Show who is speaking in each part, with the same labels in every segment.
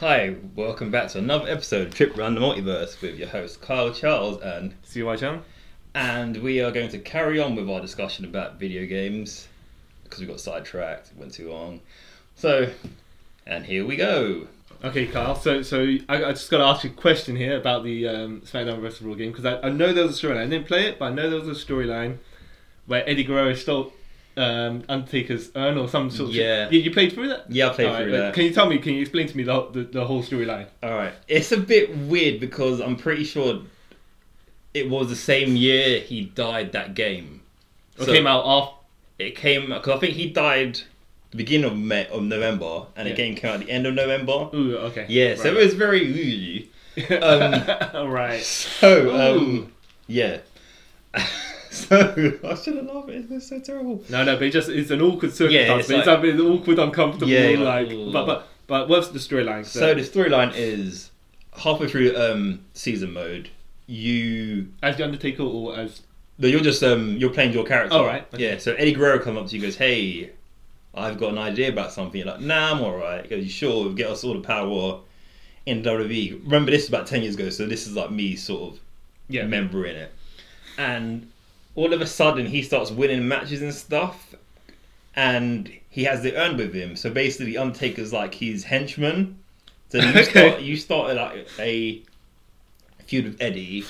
Speaker 1: Hi, welcome back to another episode of Trip Around the Multiverse with your host Kyle Charles, and
Speaker 2: CY Chan?
Speaker 1: and we are going to carry on with our discussion about video games because we got sidetracked, it went too long. So, and here we go.
Speaker 2: Okay, Kyle. So, so I, I just got to ask you a question here about the um, SmackDown vs Raw game because I, I know there was a storyline. I didn't play it, but I know there was a storyline where Eddie Guerrero stole um, Undertaker's urn or some sort.
Speaker 1: Yeah.
Speaker 2: Of shit. You, you played through that?
Speaker 1: Yeah, I played
Speaker 2: Alright,
Speaker 1: through
Speaker 2: but
Speaker 1: that.
Speaker 2: Can you tell me? Can you explain to me the whole- the, the whole storyline?
Speaker 1: All right, it's a bit weird because I'm pretty sure it was the same year he died that game.
Speaker 2: It
Speaker 1: So-
Speaker 2: came out after.
Speaker 1: It came because I think he died the beginning of, May, of November, and the
Speaker 2: Yeah.
Speaker 1: game came out at the end of November.
Speaker 2: Ooh, okay.
Speaker 1: Yeah, so it
Speaker 2: Right.
Speaker 1: was very ooh.
Speaker 2: All right.
Speaker 1: So, um,
Speaker 2: Ooh.
Speaker 1: yeah. so, I shouldn't laugh. It's it's so terrible.
Speaker 2: No, no, but it just it's an awkward circumstance.
Speaker 1: Yeah, it's
Speaker 2: but it's,
Speaker 1: like-
Speaker 2: a bit awkward, uncomfortable.
Speaker 1: Yeah, you're like,
Speaker 2: like,
Speaker 1: ooh.
Speaker 2: but but but what's the storyline?
Speaker 1: So, the storyline is halfway through um, season mode. You
Speaker 2: as the Undertaker or as
Speaker 1: no, you're just um, you're playing your character.
Speaker 2: Oh, right.
Speaker 1: Yeah. So Eddie Guerrero comes up to you, and goes, "Hey, I've got an idea about something." You're like, "Nah, I'm all right." He goes, "You sure? Get us all the power in WWE." Remember, this is about ten years ago, so this is like me sort of
Speaker 2: yeah,
Speaker 1: member in it. And all of a sudden, he starts winning matches and stuff, and he has the urn with him. So basically, Undertaker's like his henchman. So you
Speaker 2: Okay.
Speaker 1: start, you started like a feud with Eddie,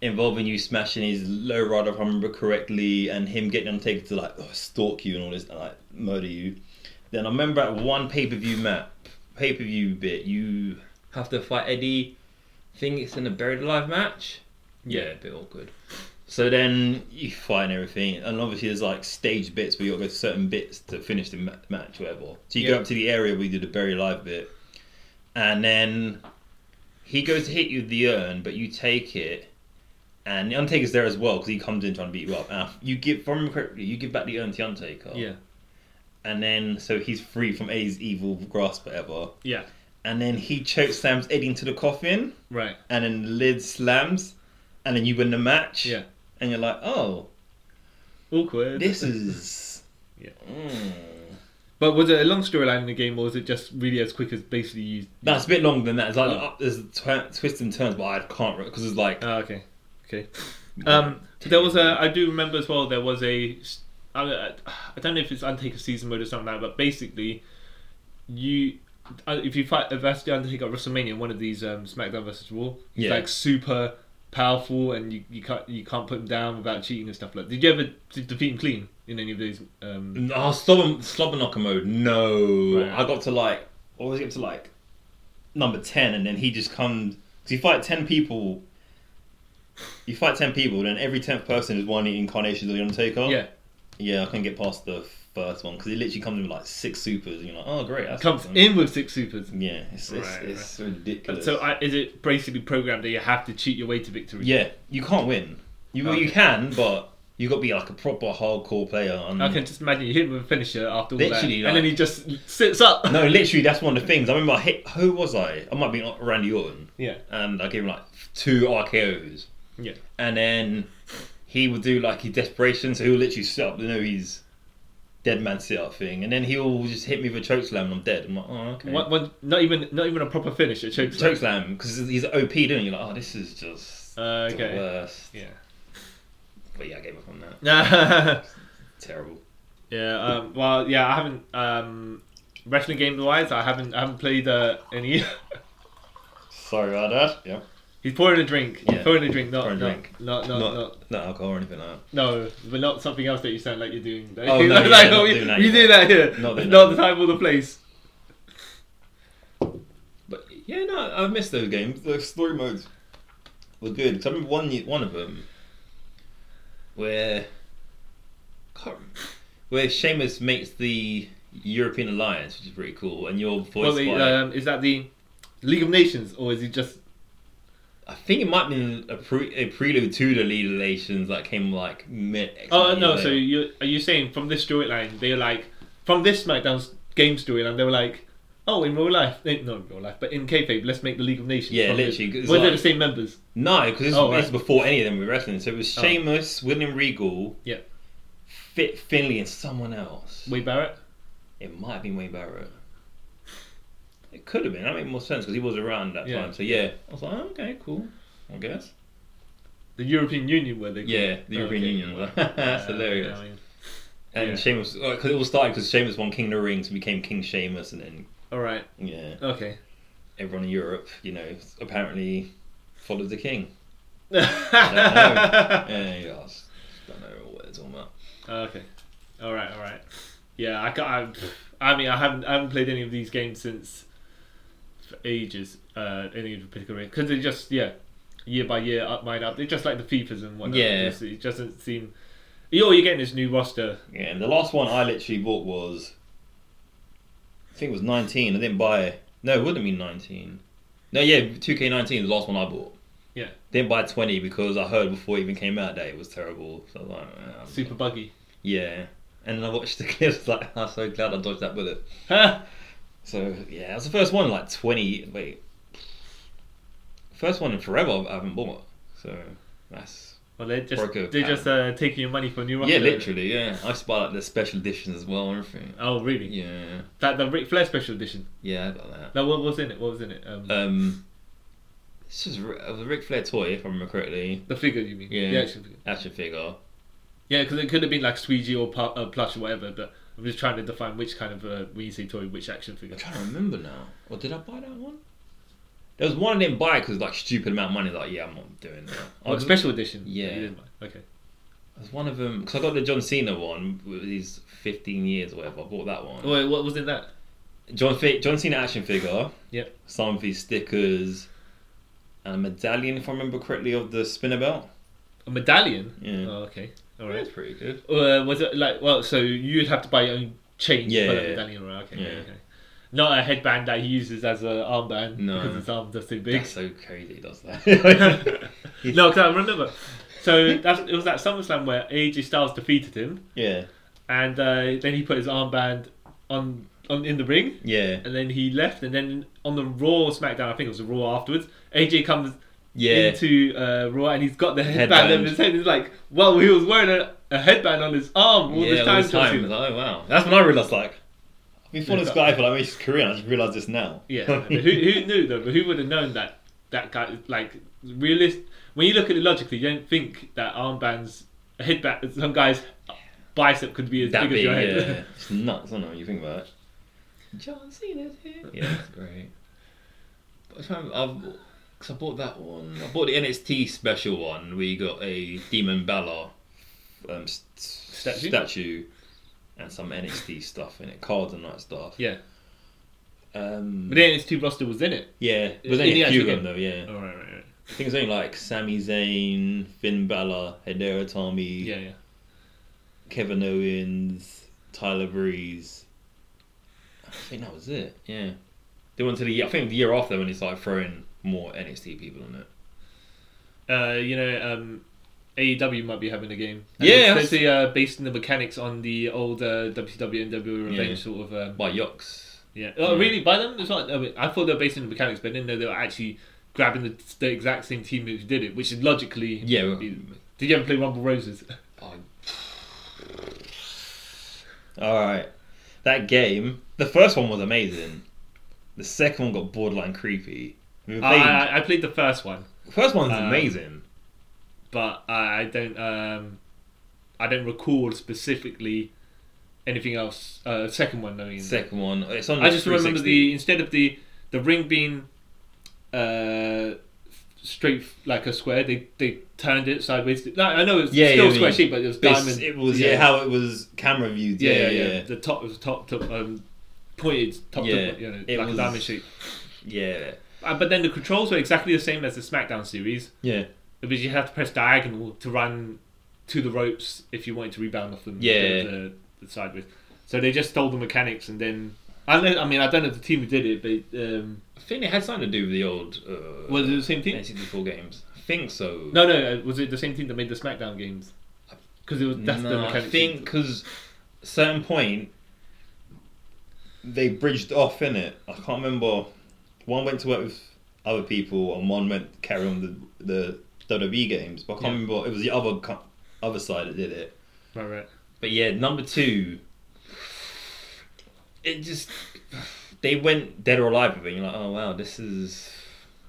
Speaker 1: involving you smashing his low rider, if I remember correctly, and him getting Undertaker to like "Oh, stalk you and all this, and, like murder you. Then I remember at one pay per view map, pay per view bit, you have to fight Eddie. Think it's in a buried alive match. Yeah, a bit awkward. So then you fight and everything, and obviously there's like stage bits where you got to go to certain bits to finish the ma- match, whatever. So you
Speaker 2: Yeah.
Speaker 1: go up to the area where you did a buried alive bit, and then he goes to hit you with the urn, but you take it. And the Undertaker's there as well because he comes in trying to beat you up. And you give, if I remember correctly, you give back the urn to the Undertaker.
Speaker 2: yeah,
Speaker 1: And then, so he's free from A's evil grasp, whatever.
Speaker 2: yeah,
Speaker 1: And then he chokes Sam's Eddie into the coffin,
Speaker 2: right,
Speaker 1: and then the lid slams, and then you win the match.
Speaker 2: yeah.
Speaker 1: And you're like, oh,
Speaker 2: Awkward.
Speaker 1: this is.
Speaker 2: Yeah.
Speaker 1: Mm.
Speaker 2: But was it a long storyline in the game, or was it just really as quick as basically you?
Speaker 1: That's a bit longer than that. It's like
Speaker 2: Oh.
Speaker 1: up, there's tw- twists and turns, but I can't because it's like
Speaker 2: Ah, okay, okay. Um, but there was a. I do remember as well. There was a. s- I, I- I don't know if it's Undertaker season mode or something like that, but basically, you. uh, If you fight, if that's the Undertaker at WrestleMania, one of these um, SmackDown versus Raw, he's
Speaker 1: Yeah.
Speaker 2: like super powerful, and you, you can't you can't put him down without cheating and stuff like. Did you ever d- defeat him clean in any of these? Um,
Speaker 1: Oh, Slobber, Slobber Knocker mode. No.
Speaker 2: Right.
Speaker 1: I got to like, what was it up to like number 10, and then he just comes. Because you fight 10 people. You fight 10 people, then every 10th person is one incarnation of the Undertaker.
Speaker 2: yeah,
Speaker 1: Yeah, I couldn't get past the first one because it literally comes in with like six supers, and you're like, oh, great. That's
Speaker 2: comes
Speaker 1: awesome.
Speaker 2: in with six supers.
Speaker 1: Yeah, it's, it's,
Speaker 2: Right,
Speaker 1: it's ridiculous.
Speaker 2: So I, is it basically programmed that you have to cheat your way to victory?
Speaker 1: yeah, you can't win. You, well, you
Speaker 2: Okay.
Speaker 1: can, but you got to be like a proper hardcore player. And
Speaker 2: I can just imagine you hit him with a finisher after all
Speaker 1: Literally,
Speaker 2: that, and then
Speaker 1: like-
Speaker 2: he just sits up.
Speaker 1: No, literally, that's one of the things. I remember I hit. Who was I? I might be Randy Orton,
Speaker 2: Yeah,
Speaker 1: and I gave him like two RKO's,
Speaker 2: yeah,
Speaker 1: and then he would do like his desperation, so he'll literally sit up. You know, he's dead man sit up thing, and then he'll just hit me with a choke slam, and I'm dead. I'm like, oh okay.
Speaker 2: One, one, not even not even a proper finish. It chokes.
Speaker 1: Choke slam because he's OP, doing. You're like, oh, this is just
Speaker 2: Uh,
Speaker 1: the
Speaker 2: okay.
Speaker 1: worst.
Speaker 2: Yeah.
Speaker 1: But yeah, I gave up on that.
Speaker 2: yeah.
Speaker 1: Terrible.
Speaker 2: Um, well, yeah. I haven't um, wrestling game wise. I haven't. I haven't played uh, any.
Speaker 1: Sorry about that. Yeah.
Speaker 2: He's pouring a drink. He's
Speaker 1: Yeah.
Speaker 2: pouring a drink. Not
Speaker 1: Pouring a
Speaker 2: not,
Speaker 1: drink.
Speaker 2: Not, not,
Speaker 1: not,
Speaker 2: not-
Speaker 1: not alcohol or anything like that.
Speaker 2: no, but not something else that you sound like you're doing.
Speaker 1: Oh, no, yeah, not doing that
Speaker 2: you
Speaker 1: either.
Speaker 2: do that here.
Speaker 1: Not doing
Speaker 2: not
Speaker 1: that.
Speaker 2: the time or the place.
Speaker 1: But yeah, no, I missed those games. The story modes were good. 'Cause I remember one one of them where can't rem- where Seamus makes the European Alliance, which is pretty cool, and you're voiced
Speaker 2: Well, the,
Speaker 1: by.
Speaker 2: um, is that the League of Nations or is he just
Speaker 1: I think it might have been a, pre- a prelude to the League of Nations that came like mid.
Speaker 2: Oh no! So you are you saying from this storyline they're like from this SmackDown's game storyline they were like, oh in real life, eh, not in real life, but in kayfabe, let's make the League of Nations.
Speaker 1: Yeah,
Speaker 2: from this.
Speaker 1: literally, 'cause it's
Speaker 2: Were they
Speaker 1: like-
Speaker 2: the same members?
Speaker 1: no, because this
Speaker 2: Oh,
Speaker 1: was
Speaker 2: right.
Speaker 1: before any of them were wrestling. So it was
Speaker 2: Oh.
Speaker 1: Seamus, William Regal,
Speaker 2: Yeah.
Speaker 1: Fit Finley, and someone else.
Speaker 2: Wade Barrett.
Speaker 1: It might have been Wayne Barrett. It could have been. That made more sense because he was around that
Speaker 2: Yeah.
Speaker 1: time. So yeah, I was like, oh, okay, cool. I guess.
Speaker 2: The European Union were they?
Speaker 1: Yeah, the
Speaker 2: Oh,
Speaker 1: European
Speaker 2: okay.
Speaker 1: Union. That's That's
Speaker 2: Yeah,
Speaker 1: hilarious.
Speaker 2: I mean,
Speaker 1: And
Speaker 2: Yeah.
Speaker 1: Sheamus, because it all started because Sheamus won King of the Rings and became King Sheamus, and then
Speaker 2: all right.
Speaker 1: yeah,
Speaker 2: Okay.
Speaker 1: everyone in Europe, you know, apparently followed the king.
Speaker 2: okay.
Speaker 1: Yeah, yeah, I s- don't know what it's all about.
Speaker 2: Oh, All right. All right. Yeah, I can't. I, I mean, I haven't. I haven't played any of these games since for ages. Uh, any of the particular because they just yeah, year by year up mine up. They're just like the FIFA's and whatnot.
Speaker 1: Yeah.
Speaker 2: It's- It doesn't seem. You're you're getting this new roster.
Speaker 1: Yeah, and the last one I literally bought was, I think it was 19. I didn't buy, no, it wouldn't have been 19. No, yeah, 2K19 is the last one I bought.
Speaker 2: Yeah.
Speaker 1: Didn't buy 20 because I heard before it even came out that it was terrible. So I was like, eh, I'm-
Speaker 2: Super buggy.
Speaker 1: Yeah. And then I watched the clips, like, I'm so glad I dodged that bullet.
Speaker 2: Huh?
Speaker 1: So, yeah, that's the first one, in, like 20, wait. First one in forever I haven't bought. So, that's
Speaker 2: Well, they're just
Speaker 1: Broke a
Speaker 2: they're just uh, taking your money for a new roster.
Speaker 1: Yeah, literally, yeah. I used to buy like the special editions as well and everything.
Speaker 2: Oh really?
Speaker 1: Yeah,
Speaker 2: That the Ric Flair special edition.
Speaker 1: yeah, I got
Speaker 2: No, what was in it? What was in it? Um,
Speaker 1: that. Um, this is Ri- it was a Ric Flair toy, if I remember correctly.
Speaker 2: the figure you mean?
Speaker 1: yeah.
Speaker 2: The action figure.
Speaker 1: Action figure.
Speaker 2: Yeah, because it could have been like squeegee or pu- uh, plush or whatever. But I'm just trying to define which kind of uh, when you say toy, which action figure.
Speaker 1: I'm trying to remember now. Or did I buy that one? There was one I didn't buy because like stupid amount of money. Like, yeah, I'm not doing that.
Speaker 2: Oh, the special edition.
Speaker 1: Um, Yeah.
Speaker 2: You didn't mind. Okay.
Speaker 1: There's one of them because I got the John Cena one with his 15 years or whatever. I bought that one.
Speaker 2: Wait, uh, what was in that?
Speaker 1: John Fi- John Cena action figure.
Speaker 2: Yep.
Speaker 1: Some of his stickers. And a medallion, if I remember correctly, of the spinner belt.
Speaker 2: A medallion.
Speaker 1: Yeah.
Speaker 2: Oh, okay. All
Speaker 1: That's
Speaker 2: right.
Speaker 1: pretty good.
Speaker 2: Uh, was it like well? So you'd have to buy your own chain
Speaker 1: Yeah,
Speaker 2: for
Speaker 1: yeah,
Speaker 2: that
Speaker 1: yeah.
Speaker 2: medallion, right? Okay.
Speaker 1: Yeah.
Speaker 2: Okay. Not a headband that he uses as an armband
Speaker 1: No.
Speaker 2: because his arms are too big.
Speaker 1: That's so crazy, he does that.
Speaker 2: no, because I remember. So that's, it was that SummerSlam where AJ Styles defeated him,
Speaker 1: yeah,
Speaker 2: and uh, then he put his armband on, on in the ring,
Speaker 1: yeah,
Speaker 2: and then he left. And then on the Raw SmackDown, I think it was the Raw afterwards, AJ comes
Speaker 1: yeah.
Speaker 2: into uh, Raw and he's got the headband,
Speaker 1: Headband.
Speaker 2: over his head. It's like, well, he was wearing a, a headband on his arm all
Speaker 1: yeah,
Speaker 2: this time.
Speaker 1: all this time.
Speaker 2: John
Speaker 1: It's
Speaker 2: Cena.
Speaker 1: like, oh wow, that's when I realized like I've been following
Speaker 2: Yeah.
Speaker 1: this guy for like most of his career. And I just realized this now.
Speaker 2: Yeah, but who, who knew though? But who would have known that that guy like realist? When you look at it logically, you don't think that armbands, a headband, some guy's bicep could be as
Speaker 1: that
Speaker 2: big,
Speaker 1: big,
Speaker 2: as your
Speaker 1: yeah,
Speaker 2: head.
Speaker 1: yeah. it's nuts. I don't know. When you think about it. John Cena's here. Yeah, that's great. But I I've because I bought that one. I bought the NXT special one. We got a Demon Balor um, st-
Speaker 2: Statue?
Speaker 1: statue and some NXT stuff in it, cards and that stuff.
Speaker 2: Yeah.
Speaker 1: Um,
Speaker 2: But then his two roster was in it.
Speaker 1: Yeah, there's
Speaker 2: In
Speaker 1: only
Speaker 2: the
Speaker 1: a few of
Speaker 2: actual
Speaker 1: them though. Yeah,
Speaker 2: Oh, right, right, right.
Speaker 1: I think it's only like Sami Zayn, Finn Balor, Hideo Itami,
Speaker 2: Yeah, yeah.
Speaker 1: Kevin Owens, Tyler Breeze. I think that was it. Yeah, they went to the. I think the year after when they started throwing more NXT people in it.
Speaker 2: Uh, you know, um, AEW might be having a game.
Speaker 1: Yeah,
Speaker 2: It's
Speaker 1: that's-
Speaker 2: basically uh, based on the mechanics on the old uh, WCW and WWE Revenge
Speaker 1: Yeah.
Speaker 2: sort of. Um,
Speaker 1: By Yox.
Speaker 2: yeah. Oh,
Speaker 1: Yeah.
Speaker 2: really? By them? It's not, I, mean, I thought they were based on the mechanics, but I didn't know they were actually grabbing the, the exact same team who did it, which is logically.
Speaker 1: Yeah. well,
Speaker 2: Did you ever play Rumble Roses?
Speaker 1: All right, that game. The first one was amazing. The second one got borderline creepy. I mean,
Speaker 2: I, I, I played the first one,
Speaker 1: the first one's
Speaker 2: um,
Speaker 1: amazing.
Speaker 2: but I, I don't. Um, I don't recall specifically anything else. Uh, second one, I mean.
Speaker 1: Second one, it's on.
Speaker 2: I just remember
Speaker 1: 360.
Speaker 2: the instead of the the ring being uh, straight like a square, they they turned it sideways. No, I know it's
Speaker 1: Yeah, yeah,
Speaker 2: still
Speaker 1: I
Speaker 2: square
Speaker 1: mean,
Speaker 2: shape, but it was
Speaker 1: It's-
Speaker 2: diamond.
Speaker 1: It was yeah. how it was camera viewed.
Speaker 2: yeah,
Speaker 1: Yeah,
Speaker 2: yeah, yeah. The top was top top um, pointed top
Speaker 1: Yeah,
Speaker 2: to, you know,
Speaker 1: it
Speaker 2: like
Speaker 1: was-
Speaker 2: a diamond shape.
Speaker 1: yeah,
Speaker 2: Uh, but then the controls were exactly the same as the SmackDown series,
Speaker 1: yeah,
Speaker 2: because you have to press diagonal to run to the ropes if you wanted to rebound off them.
Speaker 1: Yeah.
Speaker 2: The, the sideways. So they just stole the mechanics and then. I, know, I mean, I don't know if the team who did it, but um,
Speaker 1: I think it had something to do with the old uh,
Speaker 2: Was it the same team?
Speaker 1: N64 games. I think so.
Speaker 2: No, no. uh, Was it the same team that made the SmackDown games? Because it was that's the
Speaker 1: no I
Speaker 2: mechanic.
Speaker 1: think because certain point they bridged off in it. I can't remember. One went to work with other people, and one went to carry on the the WWE games. But I can't
Speaker 2: Yeah.
Speaker 1: remember. It was the other co- other side that did it.
Speaker 2: Right, right.
Speaker 1: But yeah, number two, it just they went dead or alive with it. And you're like, oh wow, this is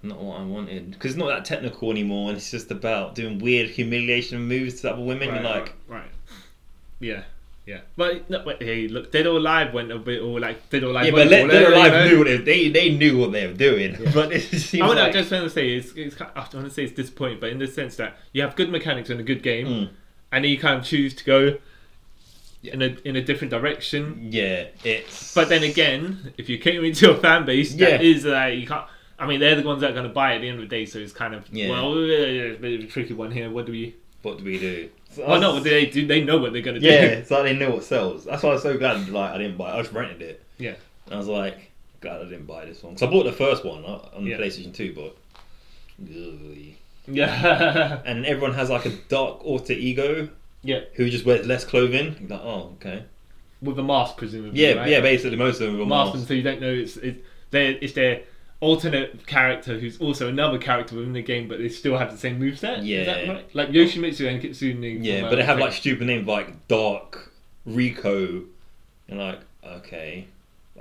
Speaker 1: not what I wanted because it's not that technical anymore, and it's just about doing weird humiliation moves to other women.
Speaker 2: right,
Speaker 1: you're like,
Speaker 2: right, right. yeah. Yeah, but no, but hey, look, Dead or Alive went a bit all like Dead or Alive.
Speaker 1: yeah, but
Speaker 2: went
Speaker 1: let
Speaker 2: all
Speaker 1: Dead or
Speaker 2: over,
Speaker 1: Alive
Speaker 2: you know?
Speaker 1: knew what they, they they knew what they were doing, but it just seems
Speaker 2: I want
Speaker 1: like
Speaker 2: to just want to say it's, it's kind I want to say it's disappointing, but in the sense that you have good mechanics in a good game,
Speaker 1: Mm.
Speaker 2: and then you kind of choose to go in a in a different direction.
Speaker 1: yeah, it's
Speaker 2: But then again, if you came into a fan base,
Speaker 1: Yeah.
Speaker 2: that is like you can't. I mean, they're the ones that are going to buy at the end of the day, so it's kind of
Speaker 1: Yeah.
Speaker 2: well, yeah, yeah, it's a bit of a tricky one here. What do we?
Speaker 1: what do we do? So
Speaker 2: Oh no, they do. They know what they're going to
Speaker 1: yeah,
Speaker 2: do.
Speaker 1: it's like they know what sells. That's why I was so glad like I didn't buy. it. I just rented it.
Speaker 2: Yeah,
Speaker 1: And I was like, glad I didn't buy this one. Because I bought the first one uh, on
Speaker 2: Yeah.
Speaker 1: PlayStation 2, but. Ugh.
Speaker 2: yeah,
Speaker 1: And everyone has like a dark alter ego
Speaker 2: yeah.
Speaker 1: who just wears less clothing. You're like, oh, okay.
Speaker 2: With the mask, presumably.
Speaker 1: Yeah,
Speaker 2: right?
Speaker 1: yeah, basically, most of them are
Speaker 2: mask them
Speaker 1: masks.
Speaker 2: so you don't know it's it, their it's their alternate character who's also another character within the game, but they still have the same moveset. is that
Speaker 1: Yeah.
Speaker 2: right? like Yoshimitsu and Kitsune.
Speaker 1: Yeah,
Speaker 2: from,
Speaker 1: but they
Speaker 2: uh,
Speaker 1: have like stupid names like Dark, Rico. And like, okay.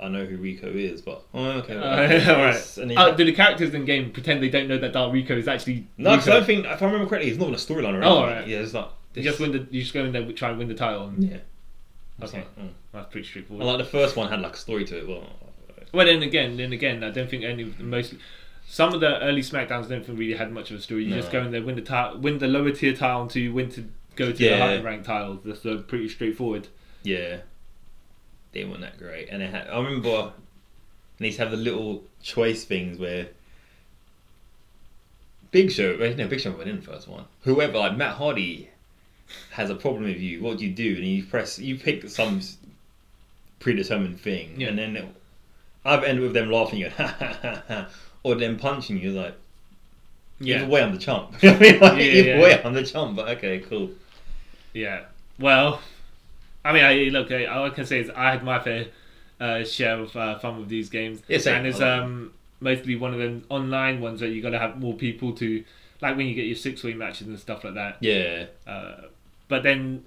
Speaker 1: I know who Rico is, but. Oh, okay. okay,
Speaker 2: Uh, all right.
Speaker 1: yes. And then-
Speaker 2: Oh, do the characters in game pretend they don't know that Dark Rico is actually
Speaker 1: no, because I
Speaker 2: Rico?
Speaker 1: don't think, if I remember correctly, he's not in a storyline or anything.
Speaker 2: Oh, alright.
Speaker 1: Yeah, it's not.
Speaker 2: You just win the, you just go in there and try and win the title. And,
Speaker 1: Yeah. It's
Speaker 2: Okay,
Speaker 1: like, mm.
Speaker 2: that's pretty straightforward.
Speaker 1: And like the first one had like a story to it, well.
Speaker 2: Well, then again, then again, I don't think any of the most. Some of the early Smackdowns don't think really had much of a story. You
Speaker 1: No.
Speaker 2: just go in there, win the ti- win the lower tier tile until you win to go to
Speaker 1: Yeah.
Speaker 2: the higher ranked tiles. That's uh, pretty straightforward.
Speaker 1: Yeah. They weren't that great. And they had, I remember they used to have the little choice things where Big Show, wait, no, Big Show went in the first one. Whoever, like Matt Hardy, has a problem with you, what do you do? And you press, you pick some s- predetermined thing.
Speaker 2: Yeah.
Speaker 1: And then it, I've ended with them laughing at you, ha ha ha ha. Or them punching you, like, either way, I'm the chump. I mean, like,
Speaker 2: Yeah,
Speaker 1: either
Speaker 2: yeah.
Speaker 1: way, I'm the chump, but okay, cool.
Speaker 2: Yeah. Well, I mean, I look. I, all I can say is I had my fair uh, share of uh, fun with these games.
Speaker 1: Yeah, same.
Speaker 2: and it's
Speaker 1: I like
Speaker 2: um mostly one of them online ones that you got to have more people to, like when you get your six way matches and stuff like that.
Speaker 1: Yeah.
Speaker 2: Uh, but then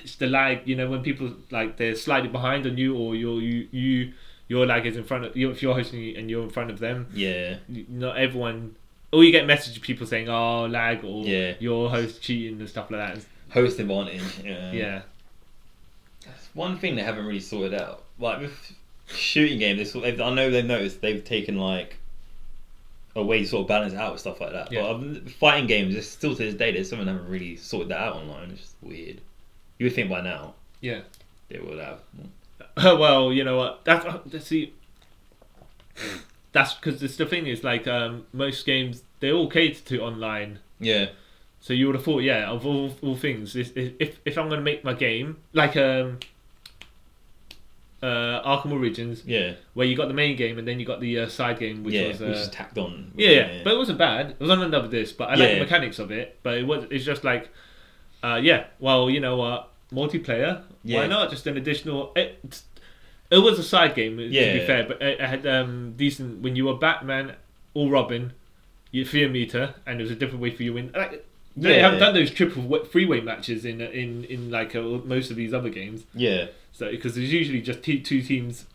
Speaker 2: it's the lag. You know, when people like they're slightly behind on you, or you're you you your lag is in front of you if you're hosting and you're in front of them.
Speaker 1: Yeah.
Speaker 2: Not everyone. Or you get messages of people saying, "Oh, lag," or
Speaker 1: Yeah.
Speaker 2: "Your host cheating" and stuff like that.
Speaker 1: Host advantage. Yeah.
Speaker 2: Yeah.
Speaker 1: That's one thing they haven't really sorted out. Like with shooting game, they sort they've, I know they've noticed they've taken like a way to sort of balance it out with stuff like that.
Speaker 2: Yeah.
Speaker 1: But um, fighting games, it's still to this day, there's someone that haven't really sorted that out online. It's just weird. You would think by now
Speaker 2: Yeah.
Speaker 1: they would have.
Speaker 2: well, you know what? That's uh, see. That's because the thing is like um, most games they all cater to online.
Speaker 1: Yeah.
Speaker 2: So you would have thought, yeah, of all, all things, this- if if, if I'm gonna make my game like um, uh, Arkham Origins,
Speaker 1: Yeah.
Speaker 2: where you got the main game and then you got the uh, side game, which
Speaker 1: yeah.
Speaker 2: was uh,
Speaker 1: which is tacked on.
Speaker 2: yeah, yeah, but it wasn't bad. It was on another disc, but I like
Speaker 1: Yeah.
Speaker 2: the mechanics of it. But it was it's just like, uh, yeah, well, you know what, multiplayer.
Speaker 1: Yeah.
Speaker 2: Why not just an additional? It, it was a side game to
Speaker 1: Yeah.
Speaker 2: be fair, but it, it had um, decent when you were Batman or Robin, you fear meter, and there was a different way for you win. Like, they
Speaker 1: Yeah.
Speaker 2: haven't done those triple wa- freeway matches in in in like uh, most of these other games.
Speaker 1: yeah.
Speaker 2: So because there's usually just te- two teams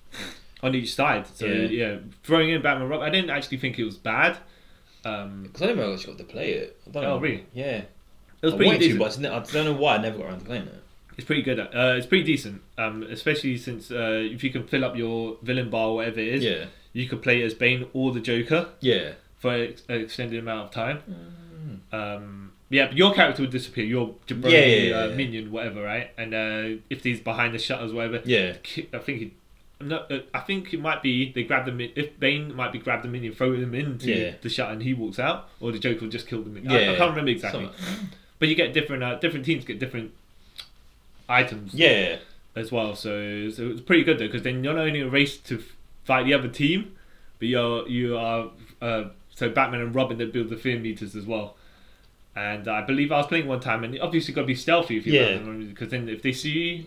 Speaker 2: on each side. So
Speaker 1: Yeah.
Speaker 2: yeah, throwing in Batman Rob, I didn't actually think it was bad. Um,
Speaker 1: Because I never actually got to play it. I don't
Speaker 2: Oh,
Speaker 1: know.
Speaker 2: really?
Speaker 1: Yeah.
Speaker 2: it was
Speaker 1: I
Speaker 2: pretty
Speaker 1: wanted to,
Speaker 2: decent.
Speaker 1: but I just ne- I don't know why I never got around to playing it.
Speaker 2: It's pretty good. Uh, it's pretty decent, um, especially since uh, if you can fill up your villain bar or whatever it is,
Speaker 1: Yeah.
Speaker 2: you could play as Bane or the Joker
Speaker 1: Yeah.
Speaker 2: for an ex- an extended amount of time. Um, yeah, but your character would disappear. Your jabroni
Speaker 1: Yeah, yeah, yeah,
Speaker 2: uh,
Speaker 1: yeah.
Speaker 2: minion, whatever, right? And uh, if he's behind the shutters, whatever,
Speaker 1: Yeah.
Speaker 2: ki- I think it, I'm not. uh, I think it might be they grab the min- if Bane might be grab the minion, throw him into
Speaker 1: Yeah.
Speaker 2: the shot, and he walks out, or the Joker will just kill the minion.
Speaker 1: Yeah,
Speaker 2: I, I
Speaker 1: yeah.
Speaker 2: can't remember exactly,
Speaker 1: Something.
Speaker 2: but you get different. Uh, different teams get different items
Speaker 1: Yeah.
Speaker 2: as well. So, so it's pretty good though, because then you're not only in a race to f- fight the other team, but you're you are uh, so Batman and Robin that build the fear meters as well. And I believe I was playing one time, and obviously got to be stealthy if
Speaker 1: Yeah.
Speaker 2: you're Batman, because then if they see you,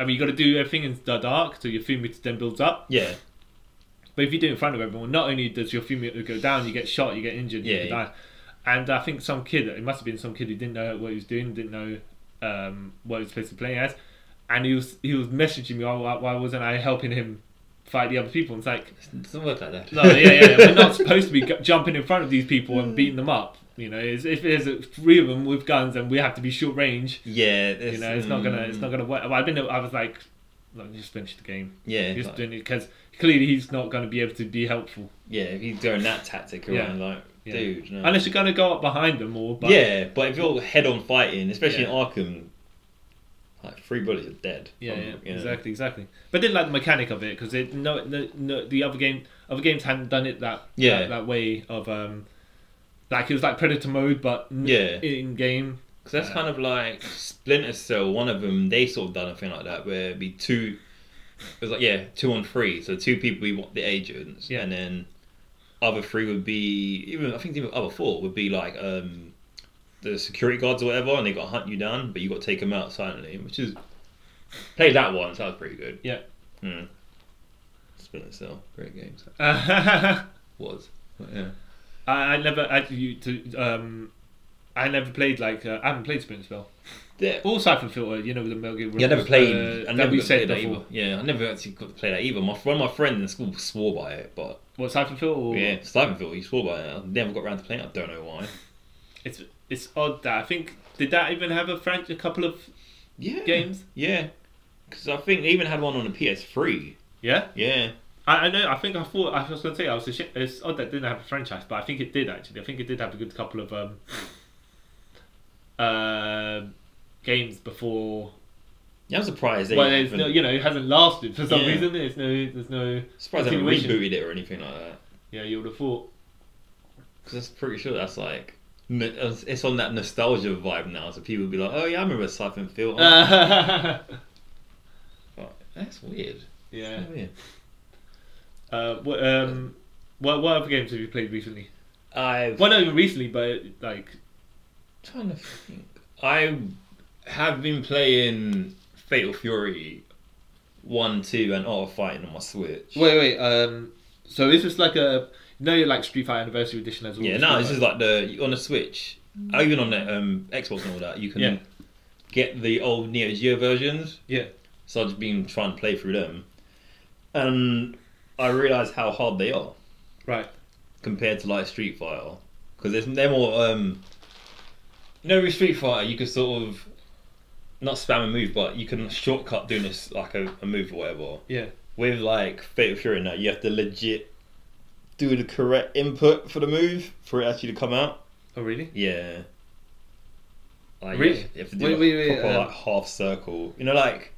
Speaker 2: I mean you got to do everything in the dark, so your fear meter then builds up.
Speaker 1: Yeah.
Speaker 2: But if you do it in front of everyone, not only does your fear meter go down, you get shot, you get injured,
Speaker 1: Yeah,
Speaker 2: you could
Speaker 1: yeah.
Speaker 2: die. And I think some kid, it must have been some kid who didn't know what he was doing, didn't know um, what he was supposed to play as, and he was he was messaging me, oh, why, why wasn't I helping him fight the other people. And it's like,
Speaker 1: It doesn't work like that.
Speaker 2: no, yeah, yeah, yeah, we're not supposed to be gu- jumping in front of these people
Speaker 1: Mm.
Speaker 2: and beating them up. You know, it's, if there's a, three of them with guns and we have to be short range,
Speaker 1: Yeah,
Speaker 2: you know, it's not gonna, it's not gonna work. Well, I've been, I was like, let me just finish the game.
Speaker 1: mm, Yeah,
Speaker 2: Just
Speaker 1: like-
Speaker 2: doing it because clearly he's not going to be able to be helpful
Speaker 1: yeah. If you're going that tactic around, like,
Speaker 2: Yeah.
Speaker 1: dude, no.
Speaker 2: unless you're going to go up behind them or. But,
Speaker 1: yeah, but if you're head on fighting, especially
Speaker 2: Yeah.
Speaker 1: in Arkham, like three bullets are dead.
Speaker 2: Yeah,
Speaker 1: Um,
Speaker 2: yeah,
Speaker 1: you know.
Speaker 2: exactly, exactly. But I did like the mechanic of it because it no, no, no, the other game, other games hadn't done it that
Speaker 1: Yeah.
Speaker 2: that, that way of um, like it was like Predator mode, but n-
Speaker 1: Yeah.
Speaker 2: in game.
Speaker 1: Because that's kind of like Splinter Cell. One of them, they sort of done a thing like that where it'd be two. It was like yeah, two on three. So two people we want the agents,
Speaker 2: Yeah.
Speaker 1: and then other three would be even. I think even other four would be like um, the security guards or whatever, and they got to hunt you down, but you got to take them out silently, which is played that one. So that was pretty good.
Speaker 2: Yeah.
Speaker 1: Hmm. Splinter Cell, great games.
Speaker 2: I,
Speaker 1: Was. But, yeah.
Speaker 2: I never actually to um, I never played like uh, I haven't played Splinter Spell
Speaker 1: Yeah.
Speaker 2: or Siphon Filter. You know the Metal Gear.
Speaker 1: Yeah, I never
Speaker 2: Reels,
Speaker 1: played.
Speaker 2: uh,
Speaker 1: I
Speaker 2: that
Speaker 1: never
Speaker 2: we
Speaker 1: got to play
Speaker 2: said
Speaker 1: that
Speaker 2: before.
Speaker 1: either. Yeah, I never actually got to play that either. My one of my friends in school swore by it, but
Speaker 2: What Siphon Filter? Or...
Speaker 1: yeah, Stuyvesant, he swore by it. I never got around to playing it. I don't know why.
Speaker 2: It's it's odd that I think did that even have a French a couple of
Speaker 1: Yeah,
Speaker 2: games?
Speaker 1: Yeah, because I think they even had one on the PS3.
Speaker 2: Yeah.
Speaker 1: Yeah,
Speaker 2: I, I know. I think I thought I was going to say I was. Ashamed, it's odd that it didn't have a franchise, but I think it did actually. I think it did have a good couple of um, uh, games before.
Speaker 1: yeah I'm surprised they.
Speaker 2: well, there's
Speaker 1: haven't-
Speaker 2: no, you know, it hasn't lasted for some
Speaker 1: Yeah.
Speaker 2: reason. There's no, there's no.
Speaker 1: surprised they haven't
Speaker 2: continuation.
Speaker 1: rebooted it or anything like that.
Speaker 2: Yeah, you would have thought.
Speaker 1: Because I'm pretty sure that's like. n- It's it's on that nostalgia vibe now, so people will be like, "Oh yeah, I remember Siphon Filter."
Speaker 2: Uh, Oh.
Speaker 1: But that's weird.
Speaker 2: yeah.
Speaker 1: That's weird.
Speaker 2: Uh, what um, what what other games have you played recently?
Speaker 1: I've
Speaker 2: Well, not even recently, but like
Speaker 1: trying to think. I have been playing Fatal Fury 1, 2, and Art of Fighting on my Switch.
Speaker 2: wait, wait. Um, so is this like a no, like Street Fighter Anniversary Edition as well?
Speaker 1: yeah, no, this is like the on the Switch, or even on the um, Xbox and all that. You can
Speaker 2: Yeah.
Speaker 1: get the old Neo Geo versions.
Speaker 2: Yeah.
Speaker 1: So I've just been trying to play through them, and I realised how hard they are
Speaker 2: right.
Speaker 1: compared to like Street Fighter, because they're more um. You know, with Street Fighter, you can sort of not spam a move, but you can shortcut doing this like a, a move or whatever.
Speaker 2: Yeah.
Speaker 1: With like Fatal Fury now, you have to legit do the correct input for the move for it actually to come out.
Speaker 2: Oh really?
Speaker 1: Yeah. Like,
Speaker 2: Really?
Speaker 1: You have to do
Speaker 2: Wait,
Speaker 1: like,
Speaker 2: wait, wait,
Speaker 1: proper
Speaker 2: um,
Speaker 1: like half circle. You know, like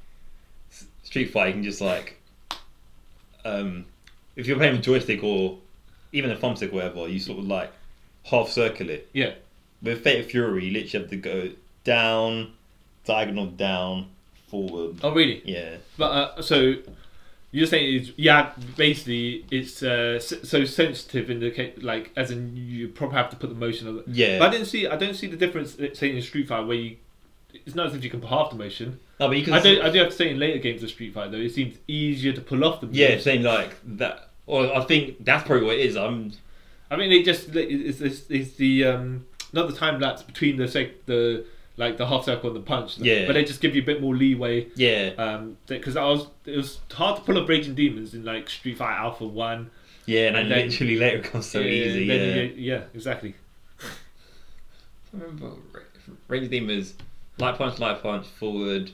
Speaker 1: S- Street Fighter, you can just like, um, if you're playing with joystick or even a thumbstick, or whatever, you sort of like half circle it.
Speaker 2: Yeah.
Speaker 1: With Fatal Fury, you literally have to go down, diagonal down, forward.
Speaker 2: Oh really?
Speaker 1: Yeah.
Speaker 2: But uh, so you're saying it's yeah, basically it's uh, s- so sensitive in the case, like as in you probably have to put the motion of it.
Speaker 1: Yeah.
Speaker 2: But I didn't see I don't see the difference uh, say in Street Fighter where you it's not as if you can put half the motion.
Speaker 1: no, but you can.
Speaker 2: I do I do have to say in later games of Street Fighter though it seems easier to pull off the moves.
Speaker 1: Yeah, saying like that. Or I think that's probably what it is. I'm.
Speaker 2: I mean it just it's, it's, it's the um not the time lapse between the sec- the like the half circle and the punch.
Speaker 1: Yeah.
Speaker 2: But they just give you a bit more leeway
Speaker 1: Yeah,
Speaker 2: um because I was it was hard to pull up raging demons in like Street Fighter Alpha One.
Speaker 1: yeah, and,
Speaker 2: And
Speaker 1: then
Speaker 2: then-
Speaker 1: literally later it comes so
Speaker 2: Yeah,
Speaker 1: easy.
Speaker 2: then
Speaker 1: Yeah.
Speaker 2: you get- yeah, exactly.
Speaker 1: I remember Ra- Range theme was light punch, light punch, forward,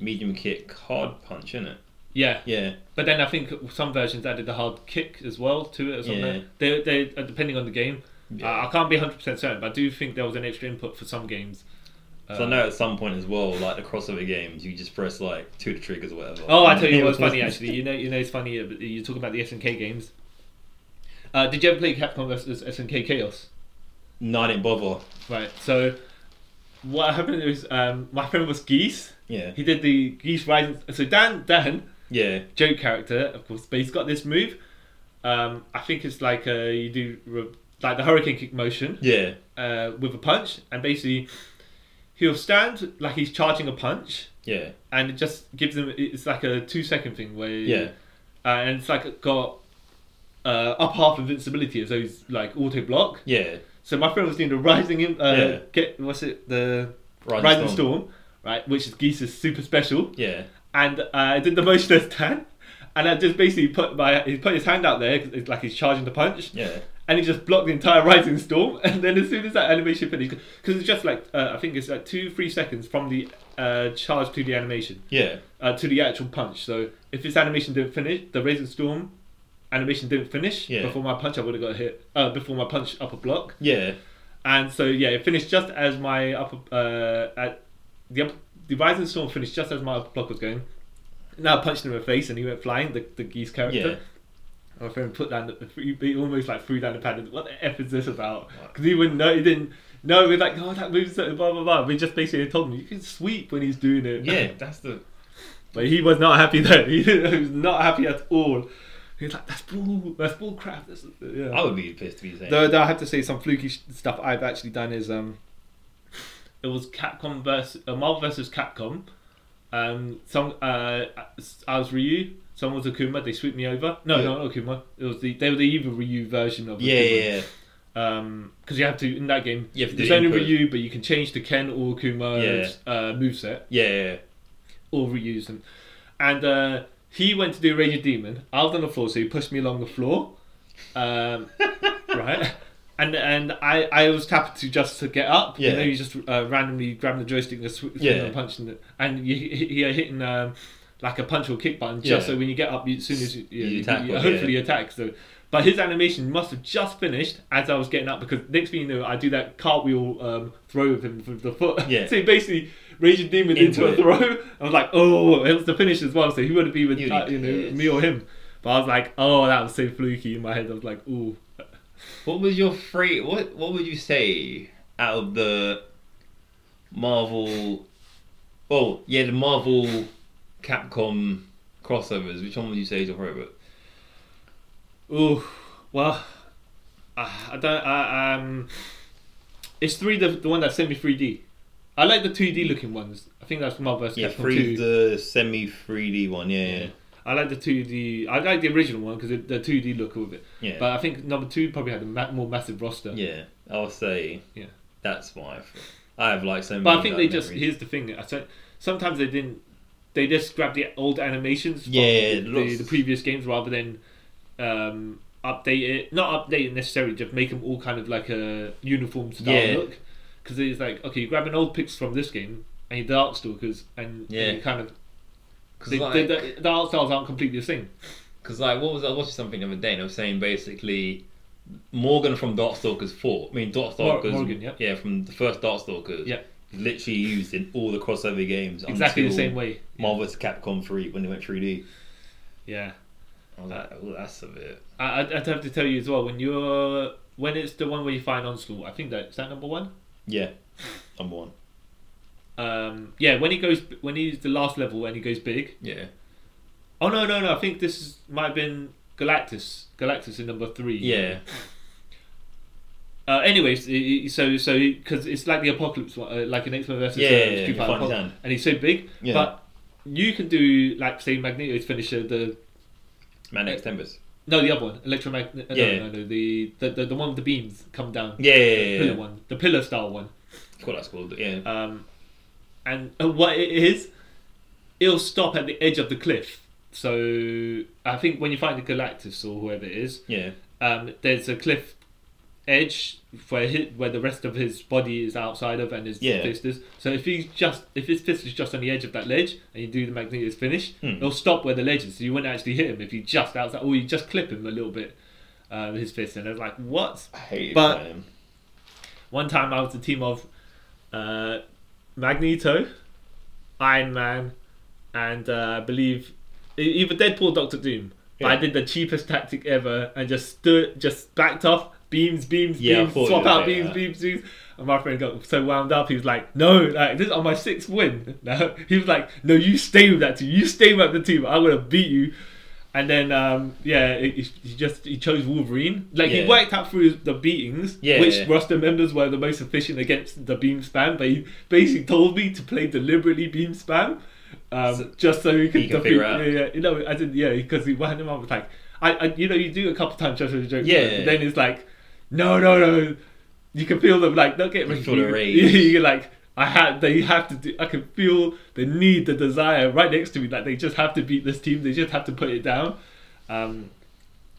Speaker 1: medium kick, hard punch, isn't it?
Speaker 2: Yeah,
Speaker 1: Yeah,
Speaker 2: but then I think some versions added the hard kick as well to it. Or something.
Speaker 1: Yeah.
Speaker 2: They they uh, depending on the game.
Speaker 1: Yeah.
Speaker 2: Uh, I can't be hundred percent certain, but I do think there was an extra input for some games.
Speaker 1: so I know at some point as well, like the crossover games, you just press like two to triggers or whatever.
Speaker 2: Oh, I
Speaker 1: And
Speaker 2: tell you
Speaker 1: it
Speaker 2: what's
Speaker 1: was-
Speaker 2: funny actually. You know, you know, it's funny. uh, but You talk about the SNK games. Uh, did you ever play Capcom versus SNK Chaos?
Speaker 1: No, I didn't bother.
Speaker 2: Right. So, what happened is um, my friend was Geese.
Speaker 1: Yeah,
Speaker 2: He did the Geese Rising. So Dan Dan
Speaker 1: yeah,
Speaker 2: joke character, of course, but he's got this move. Um, I think it's like uh, you do re- like the hurricane kick motion
Speaker 1: yeah,
Speaker 2: uh, with a punch, and basically he'll stand like he's charging a punch,
Speaker 1: yeah,
Speaker 2: and it just gives him. It's like a two second thing where
Speaker 1: yeah,
Speaker 2: uh, and it's like got uh, up half invincibility as though he's like auto block.
Speaker 1: yeah.
Speaker 2: So my friend was doing the rising, in- uh,
Speaker 1: Yeah.
Speaker 2: get what's it the
Speaker 1: Rising
Speaker 2: rising, storm. right? Which is Geese's super special
Speaker 1: Yeah,
Speaker 2: and uh, I did the motionless tan, and I just basically put my he put his hand out there 'cause it's like he's charging to punch.
Speaker 1: Yeah.
Speaker 2: And he just blocked the entire rising storm, and then as soon as that animation finished, because it's just like uh, I think it's like two, three seconds from the uh, charge to the animation,
Speaker 1: Yeah.
Speaker 2: uh, to the actual punch. So if this animation didn't finish, the Razor Storm animation didn't finish
Speaker 1: Yeah.
Speaker 2: before my punch, I would have got hit. Uh, before my punch upper block,
Speaker 1: Yeah.
Speaker 2: and so yeah, it finished just as my upper uh, at the up, the Rising Storm finished just as my upper block was going. Now I punched him in the face, and he went flying. The, the geese character.
Speaker 1: Yeah.
Speaker 2: My friend put down the he- he almost like threw down the pad. and, What the f is this about? Because he wouldn't know. He didn't know. We're like, oh, that moves so blah blah blah. We just basically told him you can sweep when he's doing it.
Speaker 1: Yeah. That's the.
Speaker 2: But he was not happy though. He was not happy at all. He was like, "That's bull. That's bull crap." That's, yeah.
Speaker 1: I would be pissed if you saying.
Speaker 2: Though, though I have to say, some fluky sh- stuff I've actually done is um, it was Capcom versus uh, Marvel versus Capcom. Um, some uh, I was Ryu, someone was Akuma. They swept me over. No,
Speaker 1: Yeah.
Speaker 2: no, not Akuma. It was the they were the evil Ryu version of
Speaker 1: yeah,
Speaker 2: Akuma.
Speaker 1: yeah, yeah.
Speaker 2: Um, because you have to in that game.
Speaker 1: You have to do
Speaker 2: there's only
Speaker 1: input.
Speaker 2: Ryu, but you can change to Ken or Akuma's uh, moveset
Speaker 1: Yeah, yeah, yeah.
Speaker 2: or reuse them. And uh, he went to do Rage of Demon. I was on the floor, so he pushed me along the floor, um, right? And and I, I was tapped to just to get up.
Speaker 1: Yeah.
Speaker 2: You know, you just uh, randomly grabbing the joystick and just sw-
Speaker 1: Yeah.
Speaker 2: and punching it, and you you're hitting um, like a punch or kick button just
Speaker 1: Yeah.
Speaker 2: so when you get up, you, as soon as you, you,
Speaker 1: You
Speaker 2: you-
Speaker 1: attack
Speaker 2: you-
Speaker 1: with it,
Speaker 2: hopefully you attack. So. But his animation must have just finished as I was getting up because next thing you know, I do that cartwheel um, throw with him with the foot.
Speaker 1: Yeah.
Speaker 2: so he basically, Rage of Demon
Speaker 1: Into
Speaker 2: into, a
Speaker 1: it.
Speaker 2: throw. I was like, oh, it was the finish as well, so he wouldn't be with
Speaker 1: You'd
Speaker 2: uh,
Speaker 1: be
Speaker 2: you know
Speaker 1: pissed.
Speaker 2: me or him. But I was like, oh, that was so fluky in my head. I was like, ooh,
Speaker 1: What was your free? What What would you say out of the Marvel? Oh yeah, the Marvel, Capcom crossovers. Which one would you say is your favorite?
Speaker 2: ooh. Well, uh, I, I don't. I, um, it's three the the one that sent me three D. I like the two D looking ones. I think that's Marvel vs.
Speaker 1: Mm-hmm. Yeah,
Speaker 2: Capcom
Speaker 1: three
Speaker 2: 2.
Speaker 1: the semi three D one. Yeah, yeah,
Speaker 2: I like the two D. I like the original one because the two D look of it.
Speaker 1: yeah.
Speaker 2: But I think number two probably had a ma- more massive roster.
Speaker 1: yeah, I'll say.
Speaker 2: Yeah.
Speaker 1: that's my. fr- I have like so many.
Speaker 2: But I think they
Speaker 1: like,
Speaker 2: just
Speaker 1: memories.
Speaker 2: here's the thing. I said sometimes they didn't. They just grabbed the old animations from
Speaker 1: Yeah,
Speaker 2: the, the,
Speaker 1: lots-
Speaker 2: the previous games rather than um, update it. Not update it necessarily, just make them all kind of like a uniform style
Speaker 1: Yeah.
Speaker 2: look. Because it's like okay, you grab an old pics from this game and you do art stalkers and, and
Speaker 1: Yeah.
Speaker 2: you kind of
Speaker 1: 'Cause,
Speaker 2: they,
Speaker 1: like-
Speaker 2: they, the, the art styles aren't completely the same.
Speaker 1: Because like, what was I was watching something the other day, and I was saying basically, Morgan from Darkstalkers four. I mean, Darkstalkers.
Speaker 2: Morgan, yeah.
Speaker 1: from the first Darkstalkers.
Speaker 2: Yeah.
Speaker 1: he's Literally used in all the crossover games.
Speaker 2: Exactly the
Speaker 1: until
Speaker 2: same way.
Speaker 1: Marvel vs. Capcom three when they went three D.
Speaker 2: Yeah.
Speaker 1: I was
Speaker 2: Uh,
Speaker 1: like, oh, that's a bit.
Speaker 2: I, I'd I'd have to tell you as well when you're when it's the one where you find onslaught. I think that is that number one.
Speaker 1: Yeah, number one.
Speaker 2: Um, yeah, when he goes when he's the last level when he goes big.
Speaker 1: Yeah.
Speaker 2: Oh no no no! I think this is, might have been Galactus. Galactus in number three.
Speaker 1: Yeah.
Speaker 2: Uh, anyways, i- i- so so because it's like the apocalypse, one, uh, like an X Men versus
Speaker 1: Yeah,
Speaker 2: uh,
Speaker 1: yeah, yeah,
Speaker 2: Street Fighter
Speaker 1: you find his
Speaker 2: Apoc-
Speaker 1: hand.
Speaker 2: and he's so big.
Speaker 1: Yeah.
Speaker 2: But you can do like say Magneto's finisher, the
Speaker 1: Man X Tempest.
Speaker 2: no the other one, electromagnet.
Speaker 1: Yeah.
Speaker 2: No, no, no, the, the the the one with the beams come down.
Speaker 1: Yeah, yeah,
Speaker 2: The
Speaker 1: yeah.
Speaker 2: pillar
Speaker 1: yeah.
Speaker 2: one, the pillar style one.
Speaker 1: I forgot that's called. Yeah.
Speaker 2: Um, and uh, what it is, it'll stop at the edge of the cliff. So I think when you find the Galactus or whoever it is,
Speaker 1: yeah.
Speaker 2: um, there's a cliff edge where hi where the rest of his body is outside of and his
Speaker 1: Yeah.
Speaker 2: fist is. So if he's just if his fist is just on the edge of that ledge and you do the Magneto's finish,
Speaker 1: Hmm.
Speaker 2: it'll stop where the ledge is. So you wouldn't actually hit him if you just outside or you just clip him a little bit. Uh, his fist and it's like what
Speaker 1: I hate
Speaker 2: But-
Speaker 1: but, him.
Speaker 2: one time I was the team of uh, Magneto, Iron Man, and uh, I believe e- either Deadpool or Doctor Doom. But I
Speaker 1: Yeah.
Speaker 2: did the cheapest tactic ever and just stood, just backed off, beams, beams,
Speaker 1: Yeah, I
Speaker 2: beams,
Speaker 1: thought you
Speaker 2: swap
Speaker 1: were
Speaker 2: out,
Speaker 1: doing
Speaker 2: beams,
Speaker 1: that.
Speaker 2: beams, beams. And my friend got so wound up, he was like, "No, like this is on my sixth win." No, he was like, "No, you stay with that team. You stay with the team. I'm gonna beat you." And then, um, yeah, he, he just he chose Wolverine. Like he
Speaker 1: Yeah.
Speaker 2: worked out through the beatings,
Speaker 1: Yeah,
Speaker 2: which
Speaker 1: yeah.
Speaker 2: roster members were the most efficient against the beam spam, but he basically told me to play deliberately beam spam, um,
Speaker 1: So-
Speaker 2: just so he could
Speaker 1: can figure out.
Speaker 2: Yeah, yeah, you know, I did, yeah, because he wound him up with like, I, I, you know, you do a couple times just as a joke,
Speaker 1: Yeah,
Speaker 2: but
Speaker 1: yeah,
Speaker 2: then it's like, no, no, no, you can feel them like not getting
Speaker 1: You
Speaker 2: ready.
Speaker 1: feel the
Speaker 2: you,
Speaker 1: rage.
Speaker 2: You're like, I had they have to do. I can feel the need, the desire right next to me. Like they just have to beat this team. They just have to put it down. Um,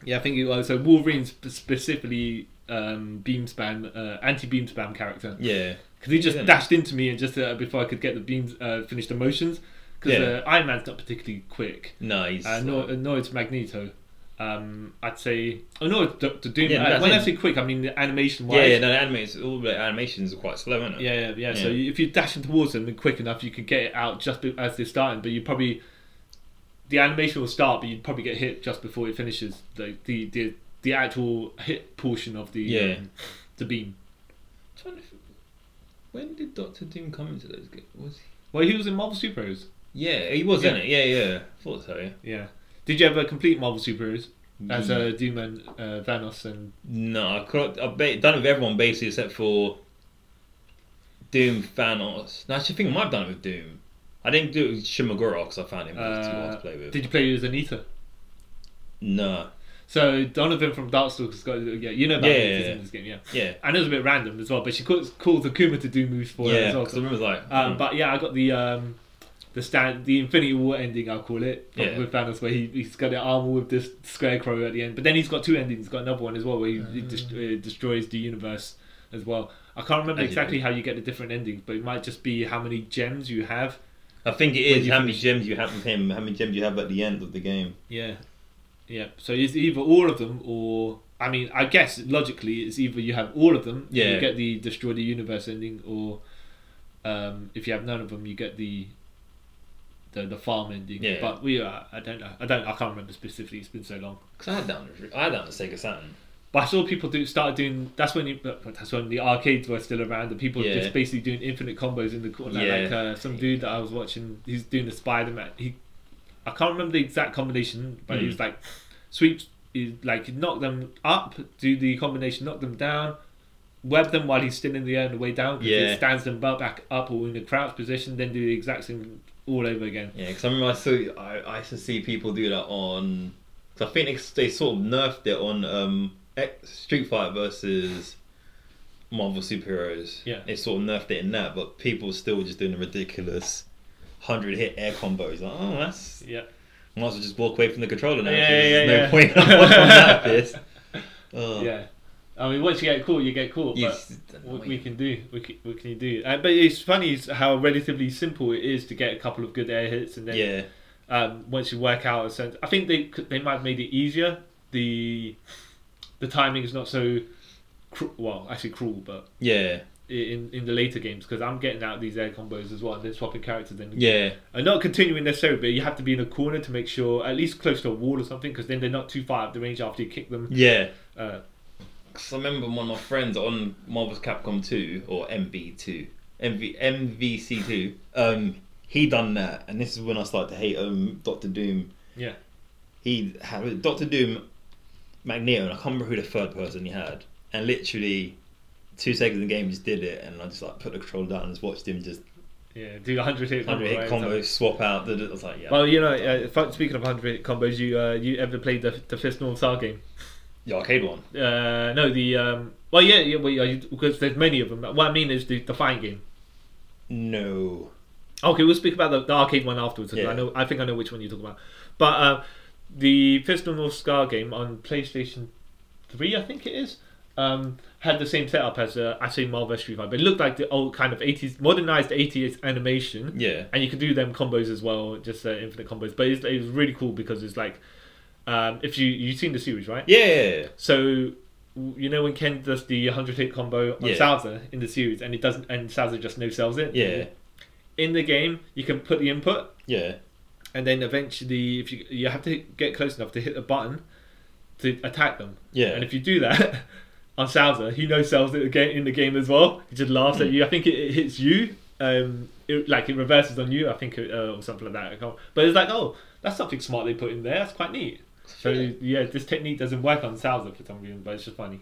Speaker 2: yeah, I think it was so. Wolverine sp- specifically um, beam spam, uh, anti beam spam character
Speaker 1: Yeah.
Speaker 2: because he just
Speaker 1: Yeah.
Speaker 2: dashed into me and just uh, before I could get the beams uh, finish the motions. Because
Speaker 1: Yeah.
Speaker 2: uh, Iron Man's not particularly quick.
Speaker 1: Nice.
Speaker 2: Uh, nor, uh, nor it's Magneto. Um, I'd say. Oh no, it's Doctor Doom.
Speaker 1: Yeah,
Speaker 2: Uh,
Speaker 1: that's
Speaker 2: when I
Speaker 1: him.
Speaker 2: say quick, I mean the animation wise.
Speaker 1: yeah, yeah, no, the animations, all the animations are quite slow, aren't they?
Speaker 2: Yeah, yeah, yeah. So
Speaker 1: Yeah.
Speaker 2: you- if you're dashing towards them and quick enough, you could get it out just be- as they're starting. But you probably the animation will start, but you'd probably get hit just before it finishes. Like the the the actual hit portion of the
Speaker 1: Yeah.
Speaker 2: um, the beam.
Speaker 1: Trying to think, when did Doctor Doom come into those games? Was he?
Speaker 2: Well, he was in Marvel Superheroes.
Speaker 1: Yeah, he was, yeah.
Speaker 2: Yeah.
Speaker 1: it? Yeah, yeah. Thought so. Yeah.
Speaker 2: Yeah. Did you ever complete Marvel Superheroes as uh, Doom and uh, Thanos and
Speaker 1: No, I could, I've ba- done it with everyone basically except for Doom, Thanos. No, I actually think I might have done it with Doom. I didn't do it with Shimagura because I found him uh, too hard
Speaker 2: uh,
Speaker 1: to play with.
Speaker 2: did you play as Anita?
Speaker 1: no.
Speaker 2: So Donovan from Darkstalkers got yeah, you know about
Speaker 1: Yeah,
Speaker 2: Anita's
Speaker 1: yeah,
Speaker 2: in this game, yeah.
Speaker 1: Yeah.
Speaker 2: And it was a bit random as well, but she calls calls Akuma to do moves for her
Speaker 1: Yeah,
Speaker 2: as well.
Speaker 1: because I remember like,
Speaker 2: Um,
Speaker 1: mm,
Speaker 2: But yeah, I got the um, the stand, the Infinity War ending, I'll call it, from-
Speaker 1: Yeah.
Speaker 2: with Thanos, where he he's got the armor with this scarecrow at the end. But then he's got two endings. He's got another one as well, where he,
Speaker 1: Mm.
Speaker 2: he dest- uh, destroys the universe as well. I can't remember
Speaker 1: As you
Speaker 2: exactly
Speaker 1: do.
Speaker 2: how you get the different endings, but it might just be how many gems you have.
Speaker 1: I think it
Speaker 2: when
Speaker 1: is
Speaker 2: you
Speaker 1: how many gems you have with him, how many gems you have at the end of the game.
Speaker 2: Yeah, yeah. So it's either all of them, or I mean, I guess logically, it's either you have all of them, and
Speaker 1: Yeah.
Speaker 2: you get the destroy the universe ending, or um, if you have none of them, you get the the, the farm ending.
Speaker 1: Yeah.
Speaker 2: But we, uh, I don't know, I don't, I can't remember specifically. It's been so long.
Speaker 1: Because I had down, I had down the Sega Saturn.
Speaker 2: But I saw people do start doing. That's when you, but that's when the arcades were still around, and people
Speaker 1: Yeah.
Speaker 2: just basically doing infinite combos in the corner. like-
Speaker 1: Yeah.
Speaker 2: Like uh, some dude that I was watching, he's doing the Spider Man. He, I can't remember the exact combination, but he
Speaker 1: Mm.
Speaker 2: was like, sweep, he, like knock them up, do the combination, knock them down, web them while he's still in the air on the way down. 'cause
Speaker 1: Yeah.
Speaker 2: He stands them bu- back up or in the crouch position, then do the exact same all over again.
Speaker 1: Yeah, because I remember I saw I, I used to see people do that on. Because I think they, they sort of nerfed it on um, X, Street Fighter versus Marvel superheroes.
Speaker 2: Yeah.
Speaker 1: they sort of nerfed it in that, but people were still just doing the ridiculous hundred hit air combos. Like, oh, that's
Speaker 2: Yeah.
Speaker 1: might as well just walk away from the controller now.
Speaker 2: Yeah,
Speaker 1: 'cause
Speaker 2: yeah,
Speaker 1: there's no
Speaker 2: yeah, yeah.
Speaker 1: point in watching that this. Oh,
Speaker 2: Yeah. I mean, once you get caught, you get caught. but-
Speaker 1: Yes,
Speaker 2: What we can do, we can, we can do. Uh, but it's funny is how relatively simple it is to get a couple of good air hits, and then
Speaker 1: yeah,
Speaker 2: um, once you work out a sense, I think they could- they might have made it easier. The the timing is not so cru- well, actually cruel, but
Speaker 1: yeah,
Speaker 2: i- in in the later games because I'm getting out these air combos as well, and then swapping characters, then
Speaker 1: yeah,
Speaker 2: and not continuing necessarily, but you have to be in a corner to make sure at least close to a wall or something, because then they're not too far up the range after you kick them.
Speaker 1: yeah.
Speaker 2: Uh,
Speaker 1: Because I remember one of my friends on Marvel's Capcom 2 or MV2, MV, MVC2, um, he done that, and this is when I started to hate um, Doctor Doom.
Speaker 2: yeah,
Speaker 1: He had Doctor Doom, Magneto, and I can't remember who the third person he had, and literally two seconds in the game just did it, and I just like put the controller down and just watched him just
Speaker 2: yeah, do a hundred hit
Speaker 1: 100 hit
Speaker 2: combo, right?
Speaker 1: combo, swap out. da- da- I was like, yeah,
Speaker 2: Well, you know, uh, fuck- speaking of 100 combos, you uh, you ever played the, the Fist North Star game?
Speaker 1: the arcade one.
Speaker 2: Uh, no, the. Um, well, yeah, yeah, well, yeah, you- because there's many of them. What I mean is the, the fine game.
Speaker 1: No.
Speaker 2: Okay, we'll speak about the, the arcade one afterwards. 'cause
Speaker 1: Yeah.
Speaker 2: I know, I think I know which one you're talking about. But uh, the Fist North Star game on PlayStation 3, I think it is, um, had the same setup as uh, I say Marvel vs. Street Fighter, but it looked like the old kind of 80s, modernized 80s animation.
Speaker 1: Yeah.
Speaker 2: and you can do them combos as well, just uh, infinite combos. But it's, it was really cool because it's like, um, if you you've seen the series, right?
Speaker 1: Yeah.
Speaker 2: So w- you know when Ken does the hundred hit combo on
Speaker 1: Yeah.
Speaker 2: Salza in the series, and it doesn't, and Salza just no sells it.
Speaker 1: Yeah.
Speaker 2: In the game, you can put the input,
Speaker 1: Yeah.
Speaker 2: and then eventually, if you you have to get close enough to hit a button to attack them.
Speaker 1: Yeah.
Speaker 2: And if you do that on Salza, he no sells it again in the game as well. He just laughs at you. I think it, it hits you, um, it, like it reverses on you. I think uh, or something like that. I can't- But it's like, oh, that's something smart they put in there. That's quite neat. So
Speaker 1: Yeah.
Speaker 2: yeah, this technique doesn't work on Salza for some reason, but it's just funny.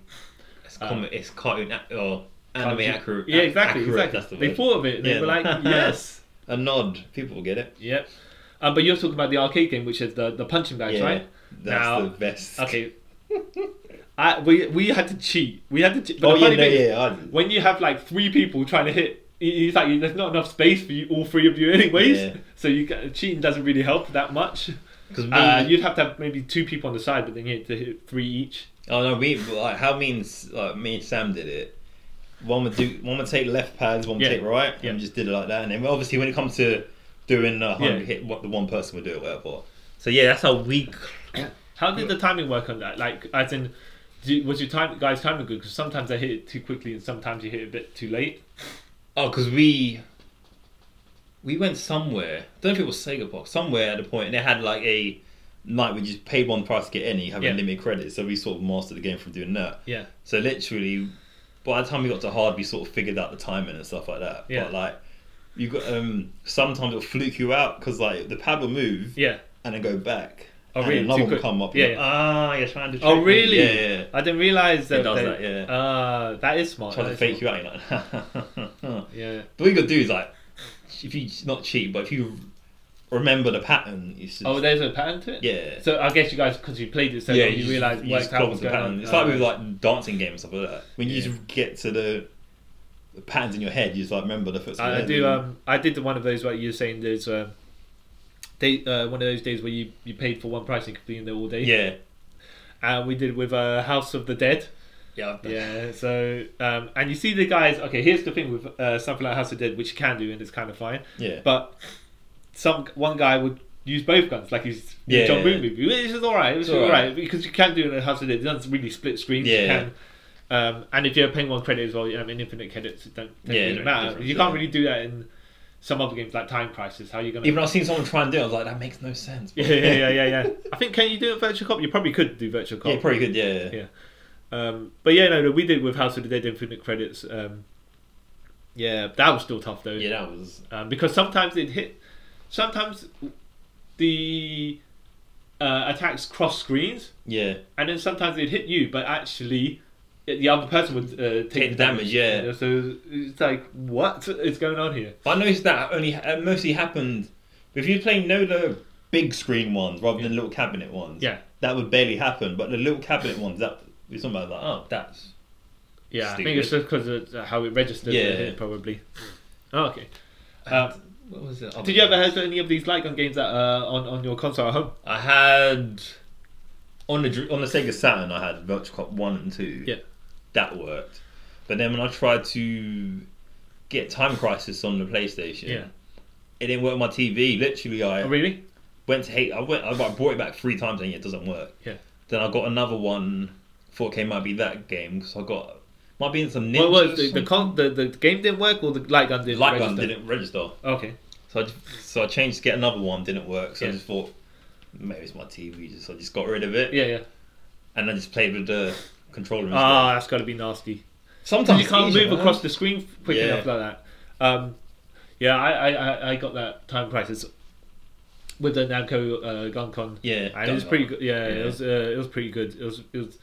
Speaker 1: It's,
Speaker 2: Um,
Speaker 1: comic, it's cartoon ac- or anime
Speaker 2: Cartoon-
Speaker 1: accurate.
Speaker 2: Yeah, exactly.
Speaker 1: accurate,
Speaker 2: exactly.
Speaker 1: That's the
Speaker 2: they
Speaker 1: word.
Speaker 2: thought of it. And They
Speaker 1: Yeah.
Speaker 2: were like, yes,
Speaker 1: A nod. People will get it.
Speaker 2: yep. Um, but you're talking about the arcade game, which is the the punching bags,
Speaker 1: yeah,
Speaker 2: right?
Speaker 1: That's
Speaker 2: Now-
Speaker 1: the best.
Speaker 2: Okay. I, we we had to cheat. We had to cheat.
Speaker 1: Oh
Speaker 2: the
Speaker 1: yeah,
Speaker 2: funny
Speaker 1: no,
Speaker 2: thing is-
Speaker 1: Oh, yeah. I,
Speaker 2: when you have like three people trying to hit he- he's like, there's not enough space for you, all three of you, anyways.
Speaker 1: Yeah.
Speaker 2: So you ca- cheating doesn't really help that much.
Speaker 1: Because we,
Speaker 2: Uh, you'd have to have maybe two people on the side, but then you had to hit three each.
Speaker 1: oh no, we like how me and S- like me and Sam did it. One would do, one would take left pads, one would
Speaker 2: Yeah.
Speaker 1: take right,
Speaker 2: Yeah.
Speaker 1: and we just did it like that. And then obviously when it comes to doing a hundred
Speaker 2: Yeah.
Speaker 1: hit, what the one person would do it whatever. So yeah, that's how we.
Speaker 2: How did the timing work on that? Like, as in, do, you- was your time guys timing good? Because sometimes I hit it too quickly, and sometimes you hit it a bit too late.
Speaker 1: Oh, because we we went somewhere. I don't know if it was Sega Box. Somewhere at a point, and they had like a night where you just paid one price to get in. And you have
Speaker 2: Yeah.
Speaker 1: a limited credit, so we sort of mastered the game from doing that.
Speaker 2: Yeah.
Speaker 1: So literally, by the time we got to hard, we sort of figured out the timing and stuff like that.
Speaker 2: Yeah.
Speaker 1: But like, you got um sometimes it'll fluke you out because like the pad will move
Speaker 2: Yeah.
Speaker 1: and then go back.
Speaker 2: Oh,
Speaker 1: and
Speaker 2: really?
Speaker 1: Another
Speaker 2: Too
Speaker 1: one will
Speaker 2: quick.
Speaker 1: come up.
Speaker 2: Yeah,
Speaker 1: and you're like, Ah, you're trying to.
Speaker 2: Oh,
Speaker 1: trick me."
Speaker 2: really?
Speaker 1: Yeah, yeah. yeah.
Speaker 2: I didn't realize that.
Speaker 1: It does
Speaker 2: they-
Speaker 1: that, yeah.
Speaker 2: Ah, that is smart.
Speaker 1: Trying
Speaker 2: that
Speaker 1: to
Speaker 2: is
Speaker 1: fake
Speaker 2: smart.
Speaker 1: you out. You're like,
Speaker 2: Yeah.
Speaker 1: But what you gotta do is like, if you not cheat, but if you remember the pattern, you should.
Speaker 2: Oh, there's a pattern to it.
Speaker 1: yeah.
Speaker 2: So I guess you guys, because you played it so long, you,
Speaker 1: just-
Speaker 2: realized
Speaker 1: you
Speaker 2: worked
Speaker 1: just
Speaker 2: out
Speaker 1: clock
Speaker 2: what's
Speaker 1: the
Speaker 2: going
Speaker 1: pattern.
Speaker 2: on.
Speaker 1: It's like
Speaker 2: Ah.
Speaker 1: with like dancing games and stuff like that. When you
Speaker 2: Yeah.
Speaker 1: just get to the, the patterns in your head, you just like remember the footsteps.
Speaker 2: I, I do. Um, I did one of those where you're saying there's uh, day, uh, one of those days where you, you paid for one price and you could be in there all day.
Speaker 1: yeah.
Speaker 2: And we did with uh, House of the Dead.
Speaker 1: Yeah. I've done-
Speaker 2: Yeah, so um, and you see the guys. Okay, here's the thing with uh, something like House of Dead, which you can do and it's kind of fine.
Speaker 1: Yeah.
Speaker 2: But some one guy would use both guns, like he's
Speaker 1: Yeah,
Speaker 2: yeah, John
Speaker 1: yeah,
Speaker 2: Boone
Speaker 1: yeah.
Speaker 2: movie, which is all right. It was
Speaker 1: It's all
Speaker 2: all right. because you can do it in House of Dead. It doesn't really split screens.
Speaker 1: Yeah,
Speaker 2: you can. Um, and if you're paying one credit as well, you have an infinite credits. It don't, don't
Speaker 1: Yeah, it
Speaker 2: really
Speaker 1: don't
Speaker 2: matter.
Speaker 1: difference,
Speaker 2: You can't
Speaker 1: yeah.
Speaker 2: really do that in some other games like Time Crisis. How are you gonna?
Speaker 1: Even I've seen someone try and do it. I was like, that makes no sense.
Speaker 2: yeah, yeah, yeah, yeah, yeah. I think can you do it virtual cop? You probably could do virtual cop.
Speaker 1: Yeah, pretty good. Yeah.
Speaker 2: Yeah. Um, but yeah, no, no, we did with House of the Dead Infinite Credits. Um, yeah, that was still tough though.
Speaker 1: Yeah, that was.
Speaker 2: Um, because sometimes it hit, sometimes the uh, attacks cross screens,
Speaker 1: Yeah.
Speaker 2: and then sometimes it hit you, but actually the other person would uh, take
Speaker 1: Take the damage, yeah.
Speaker 2: So it's like, what is going on here?
Speaker 1: But I noticed that only uh, mostly happened if you're playing no the big screen ones rather than little cabinet ones.
Speaker 2: Yeah.
Speaker 1: that would barely happen. But the little cabinet ones, that it's not about like, oh, that's
Speaker 2: Yeah, I think it's just because of uh, how it registers.
Speaker 1: Yeah.
Speaker 2: Yeah, probably. Oh, okay. Um,
Speaker 1: what was it?
Speaker 2: Did you ever have any of these light gun games that uh, on on your console at home?
Speaker 1: I had on the dr- on the Sega Saturn. I had Virtual Cop one and two.
Speaker 2: Yeah.
Speaker 1: that worked. But then when I tried to get Time Crisis on the PlayStation,
Speaker 2: Yeah.
Speaker 1: it didn't work on my TV. Literally, I
Speaker 2: Oh, really?
Speaker 1: went to hate. I went. I brought it back three times and it doesn't work.
Speaker 2: Yeah.
Speaker 1: Then I got another one. 4K might be that game because I got might be in some ninja.
Speaker 2: Well, well
Speaker 1: or
Speaker 2: the, the,
Speaker 1: something.
Speaker 2: con- the the game didn't work or the light gun didn't.
Speaker 1: light gun
Speaker 2: register?
Speaker 1: didn't register,
Speaker 2: Okay.
Speaker 1: so I just, so I changed to get another one. Didn't work, so I
Speaker 2: Yeah.
Speaker 1: just thought maybe it's my TV. Just I just got rid of it
Speaker 2: Yeah, yeah.
Speaker 1: and I just played with the controller. And
Speaker 2: Ah, that's got to be nasty.
Speaker 1: stuff. sometimes
Speaker 2: Because you can't
Speaker 1: it's easier,
Speaker 2: move
Speaker 1: man.
Speaker 2: across the screen quick
Speaker 1: Yeah.
Speaker 2: enough like that. Um, yeah, I, I, I- I got that time crisis with the Namco uh, Gun Con.
Speaker 1: Yeah,
Speaker 2: and it was
Speaker 1: Gun
Speaker 2: pretty
Speaker 1: Con.
Speaker 2: good. Yeah,
Speaker 1: Yeah.
Speaker 2: it was uh, it was pretty good. It was, it was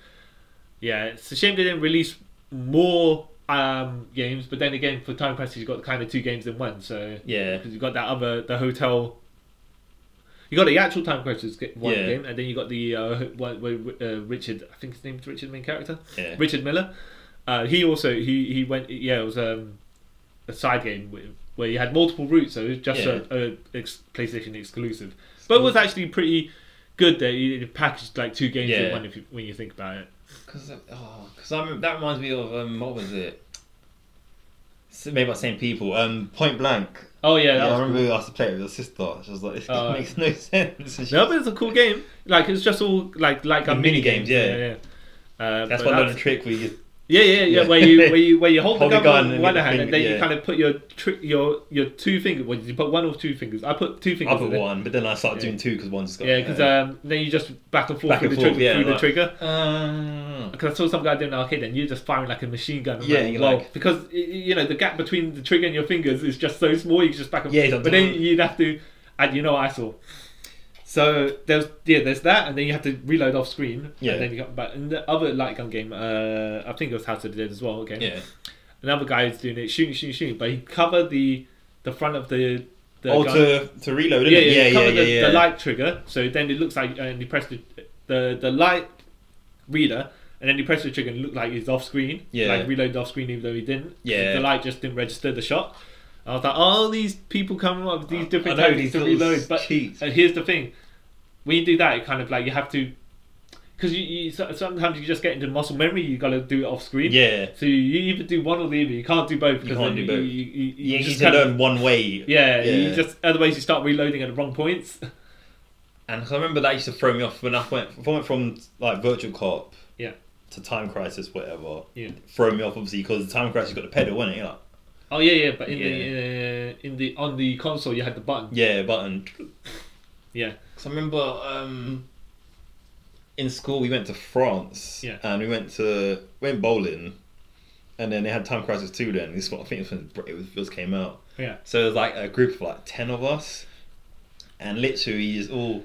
Speaker 2: yeah. It's a shame they didn't release more um, games, but then again, for time crisis, you got kind of two games in one. So
Speaker 1: Yeah,
Speaker 2: because you got that other the hotel. You got the actual time crisis ga- one
Speaker 1: Yeah.
Speaker 2: game, and then you got the uh, one where uh, Richard, I think his name's Richard, main character,
Speaker 1: yeah,
Speaker 2: Richard Miller. Uh, he also he he went yeah it was um, a side game where, where you had multiple routes, so it was just a, a ex- PlayStation exclusive, but it was actually pretty good that you packaged like two games
Speaker 1: Yeah.
Speaker 2: in one if you, when you think about it.
Speaker 1: because oh, because that reminds me of um, what was it? It's Made by the same people. Um, Point Blank.
Speaker 2: Oh yeah,
Speaker 1: Yeah,
Speaker 2: that
Speaker 1: I
Speaker 2: was
Speaker 1: remember I used to play it with her sister. She was like, "This
Speaker 2: Oh.
Speaker 1: makes no sense." And she-
Speaker 2: No, but it's a cool game. Like it's just all like like
Speaker 1: The
Speaker 2: um,
Speaker 1: mini games, yeah.
Speaker 2: yeah. Uh,
Speaker 1: That's
Speaker 2: but
Speaker 1: one little trick where you.
Speaker 2: Yeah, yeah, yeah.
Speaker 1: Yeah.
Speaker 2: Where you where you where you hold,
Speaker 1: Hold
Speaker 2: the
Speaker 1: the
Speaker 2: gun,
Speaker 1: gun
Speaker 2: with
Speaker 1: and
Speaker 2: one
Speaker 1: the
Speaker 2: hand,
Speaker 1: finger-
Speaker 2: and then
Speaker 1: yeah.
Speaker 2: you kind of put your tri- your your two fingers. Well, you put one or two fingers. I put two
Speaker 1: I
Speaker 2: fingers.
Speaker 1: put
Speaker 2: in it.
Speaker 1: one, but then I started
Speaker 2: Yeah.
Speaker 1: doing two because one's got.
Speaker 2: Yeah, because um, then you just back and forth
Speaker 1: Back
Speaker 2: through,
Speaker 1: and
Speaker 2: the,
Speaker 1: forth,
Speaker 2: trigger,
Speaker 1: yeah,
Speaker 2: through the
Speaker 1: like-
Speaker 2: trigger.
Speaker 1: Uh,
Speaker 2: Because I saw some guy doing an arcade, and you're just firing like a machine gun. I'm
Speaker 1: Yeah,
Speaker 2: like,
Speaker 1: you're
Speaker 2: well,
Speaker 1: like-
Speaker 2: because y- y- you know the gap between the trigger and your fingers is just so small. You can just back and
Speaker 1: Yeah,
Speaker 2: forth.
Speaker 1: it's like-
Speaker 2: but then you'd have to, and you know what I saw. So there's yeah, there's that, and then you have to reload off screen.
Speaker 1: Yeah.
Speaker 2: And then you got back. And the other light gun game, uh, I think it was House of the Dead as well. Okay
Speaker 1: yeah.
Speaker 2: another guy who's doing it, shooting, shooting, shooting, but he covered the the front of the the
Speaker 1: Oh,
Speaker 2: gun.
Speaker 1: to to reload.
Speaker 2: yeah,
Speaker 1: Isn't
Speaker 2: yeah,
Speaker 1: it?
Speaker 2: yeah,
Speaker 1: yeah,
Speaker 2: the,
Speaker 1: yeah.
Speaker 2: the light trigger. So then it looks like, and he pressed the the, the light reader, and then he pressed the trigger and looked like he's off screen.
Speaker 1: Yeah.
Speaker 2: Like reloaded off screen even though he didn't.
Speaker 1: Yeah.
Speaker 2: The light just didn't register the shot. I was like, all these people coming up with these different
Speaker 1: I know these
Speaker 2: tactics to
Speaker 1: little
Speaker 2: reload. But
Speaker 1: cheats.
Speaker 2: and here's the thing. When you do that, it kind of like you have to because you, you so- sometimes you just get into muscle memory, you gotta do it off screen.
Speaker 1: Yeah.
Speaker 2: So you either do one or the other. You can't do both because
Speaker 1: can't
Speaker 2: then
Speaker 1: do
Speaker 2: you,
Speaker 1: both.
Speaker 2: you, you, you
Speaker 1: You need
Speaker 2: just
Speaker 1: to
Speaker 2: kind of-
Speaker 1: learn one way.
Speaker 2: yeah, you just otherwise you start reloading at the wrong points.
Speaker 1: And 'cause I remember that used to throw me off when I went, if I went from like Virtual Cop
Speaker 2: Yeah.
Speaker 1: to Time Crisis, whatever.
Speaker 2: Yeah.
Speaker 1: Throw me off obviously because the Time Crisis got the pedal, wasn't it? You're like,
Speaker 2: Oh yeah, yeah. But in the
Speaker 1: Yeah.
Speaker 2: uh, in the on the console, you had the button.
Speaker 1: yeah, button.
Speaker 2: Yeah.
Speaker 1: Because I remember um, in school we went to France
Speaker 2: Yeah.
Speaker 1: and we went to went bowling, and then they had Time Crisis two. Then this is what I think it was, it was just came out.
Speaker 2: Yeah.
Speaker 1: So it was like a group of like ten of us, and literally you just all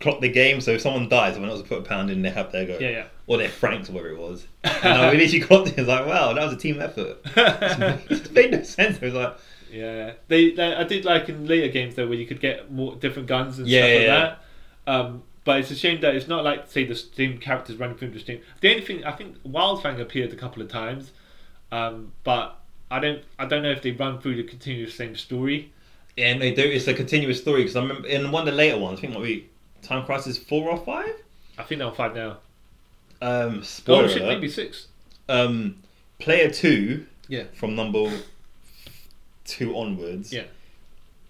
Speaker 1: clocked the game. So if someone dies, when I was to put a pound in, they have their go.
Speaker 2: Yeah, yeah.
Speaker 1: Or their francs, or whatever it was. And I literally clocked it. It's like, wow, that was a team effort. it made no sense. It was like,
Speaker 2: Yeah, they, they. I did like in later games though, where you could get more different guns and
Speaker 1: Yeah,
Speaker 2: stuff like
Speaker 1: yeah,
Speaker 2: that. Um, but it's a shame that it's not like say the same characters running through the stream. The only thing I think Wildfang appeared a couple of times, um, but I don't. I don't know if they run through the continuous same story.
Speaker 1: Yeah, and they do. It's a continuous story because I remember in one of the later ones, I think what we Time Crisis four or five.
Speaker 2: I think they're on five now.
Speaker 1: Um, spoiler
Speaker 2: oh shit,
Speaker 1: alert.
Speaker 2: maybe six.
Speaker 1: Um, player two
Speaker 2: Yeah.
Speaker 1: from number two onwards.
Speaker 2: Yeah.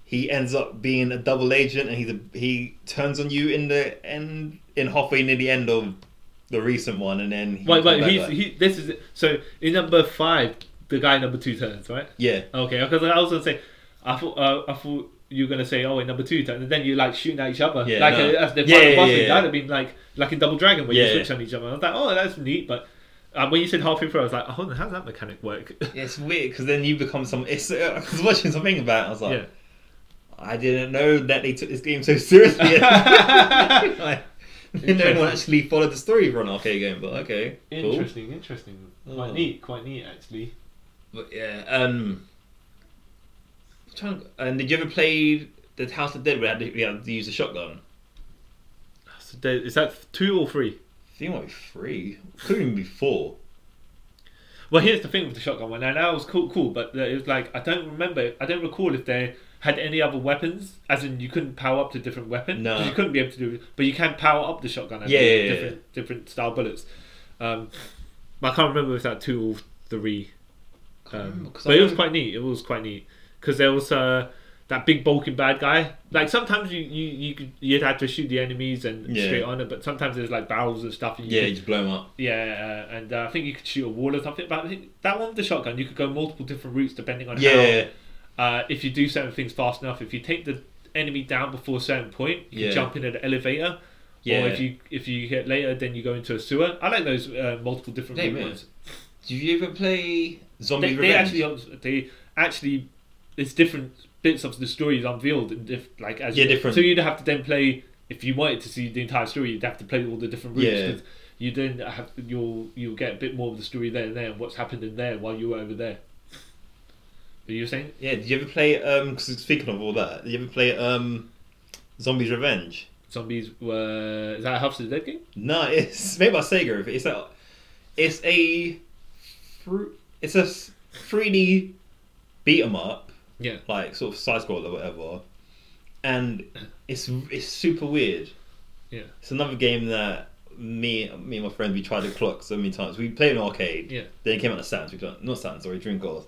Speaker 1: He ends up being a double agent, and he's a, he turns on you in the end, in halfway near the end of the recent one, and then he
Speaker 2: Wait,
Speaker 1: comes
Speaker 2: wait.
Speaker 1: back
Speaker 2: He's,
Speaker 1: like-
Speaker 2: he. This is so in number five. The guy number two turns right.
Speaker 1: yeah.
Speaker 2: Okay, because I was gonna say, I thought uh, I thought you were gonna say, oh, in number two, and then you like shooting at each other,
Speaker 1: Yeah,
Speaker 2: like
Speaker 1: no.
Speaker 2: uh, as the
Speaker 1: Yeah,
Speaker 2: final
Speaker 1: yeah,
Speaker 2: boss.
Speaker 1: yeah,
Speaker 2: thing.
Speaker 1: yeah.
Speaker 2: That'd have been like like in Double Dragon where
Speaker 1: Yeah,
Speaker 2: you
Speaker 1: yeah.
Speaker 2: switch on each other. I was like, oh, that's neat, but uh, when you said halfway through, I was like, oh, how does that mechanic work?
Speaker 1: Yeah, It's weird because then you become some. It's, uh, I was watching something about. It, I was like,
Speaker 2: yeah,
Speaker 1: I didn't know that they took this game so seriously. like, no
Speaker 2: Interesting.
Speaker 1: one actually followed the story for an arcade game, but okay, cool.
Speaker 2: interesting, interesting,
Speaker 1: Quite
Speaker 2: quite
Speaker 1: Oh.
Speaker 2: neat,
Speaker 1: neat,
Speaker 2: quite neat actually.
Speaker 1: But yeah, um, I'm trying to, and did you ever play the House of Dead where you had to, you had to use a shotgun?
Speaker 2: So there, is that two or three?
Speaker 1: I think it might be three, could even be four.
Speaker 2: Well, here's the thing with the shotgun one. Now that was cool, cool, but it was like I don't remember, I don't recall if they had any other weapons, as in you couldn't power up to different weapons.
Speaker 1: No.
Speaker 2: you couldn't be able to do, but you can power up the shotgun. I
Speaker 1: Yeah,
Speaker 2: believe,
Speaker 1: yeah, yeah,
Speaker 2: different different style bullets. Um, but I can't remember if that two or three.
Speaker 1: Can't remember,
Speaker 2: Um,
Speaker 1: 'cause
Speaker 2: but
Speaker 1: I
Speaker 2: it was
Speaker 1: know-
Speaker 2: quite neat. It was quite neat because there was uh, that big bulking bad guy. Like sometimes you you you could, you'd have to shoot the enemies and
Speaker 1: Yeah.
Speaker 2: straight on it, but sometimes there's like barrels and stuff. And you
Speaker 1: Yeah,
Speaker 2: could-
Speaker 1: you just blow 'em up.
Speaker 2: yeah, uh, and uh, I think you could shoot a wall or something. But I think that one with the shotgun, you could go multiple different routes depending on
Speaker 1: Yeah,
Speaker 2: how. Uh, if you do certain things fast enough, if you take the enemy down before a certain point, you
Speaker 1: Yeah.
Speaker 2: can jump in an elevator.
Speaker 1: yeah.
Speaker 2: Or if you if you hit later, then you go into a sewer. I like those uh, multiple different
Speaker 1: They
Speaker 2: route
Speaker 1: really-
Speaker 2: ones.
Speaker 1: Did you ever play Zombie
Speaker 2: They, they
Speaker 1: Revenge?
Speaker 2: actually they actually it's different bits of the story is unveiled and diff, like as
Speaker 1: Yeah,
Speaker 2: you-
Speaker 1: different.
Speaker 2: So you'd have to then play if you wanted to see the entire story, you'd have to play all the different routes.
Speaker 1: Yeah.
Speaker 2: 'cause You then have you'll you'll get a bit more of the story there and there and what's happened in there while you were over there. But you were saying
Speaker 1: Yeah, did you ever play? Um, 'cause speaking of all that, did you ever play um, Zombies Revenge?
Speaker 2: zombies were is that a House of the Dead game?
Speaker 1: No, it's made by Sega. It's a, it's a, fr- it's a three D beat 'em up,
Speaker 2: Yeah.
Speaker 1: like sort of side scroll or whatever, and it's it's super weird.
Speaker 2: Yeah.
Speaker 1: It's another game that me me and my friends we tried to clock so many times. We played in an arcade.
Speaker 2: Yeah.
Speaker 1: Then it came out of Sam's. We don't not Sam's, sorry, Dream Gold.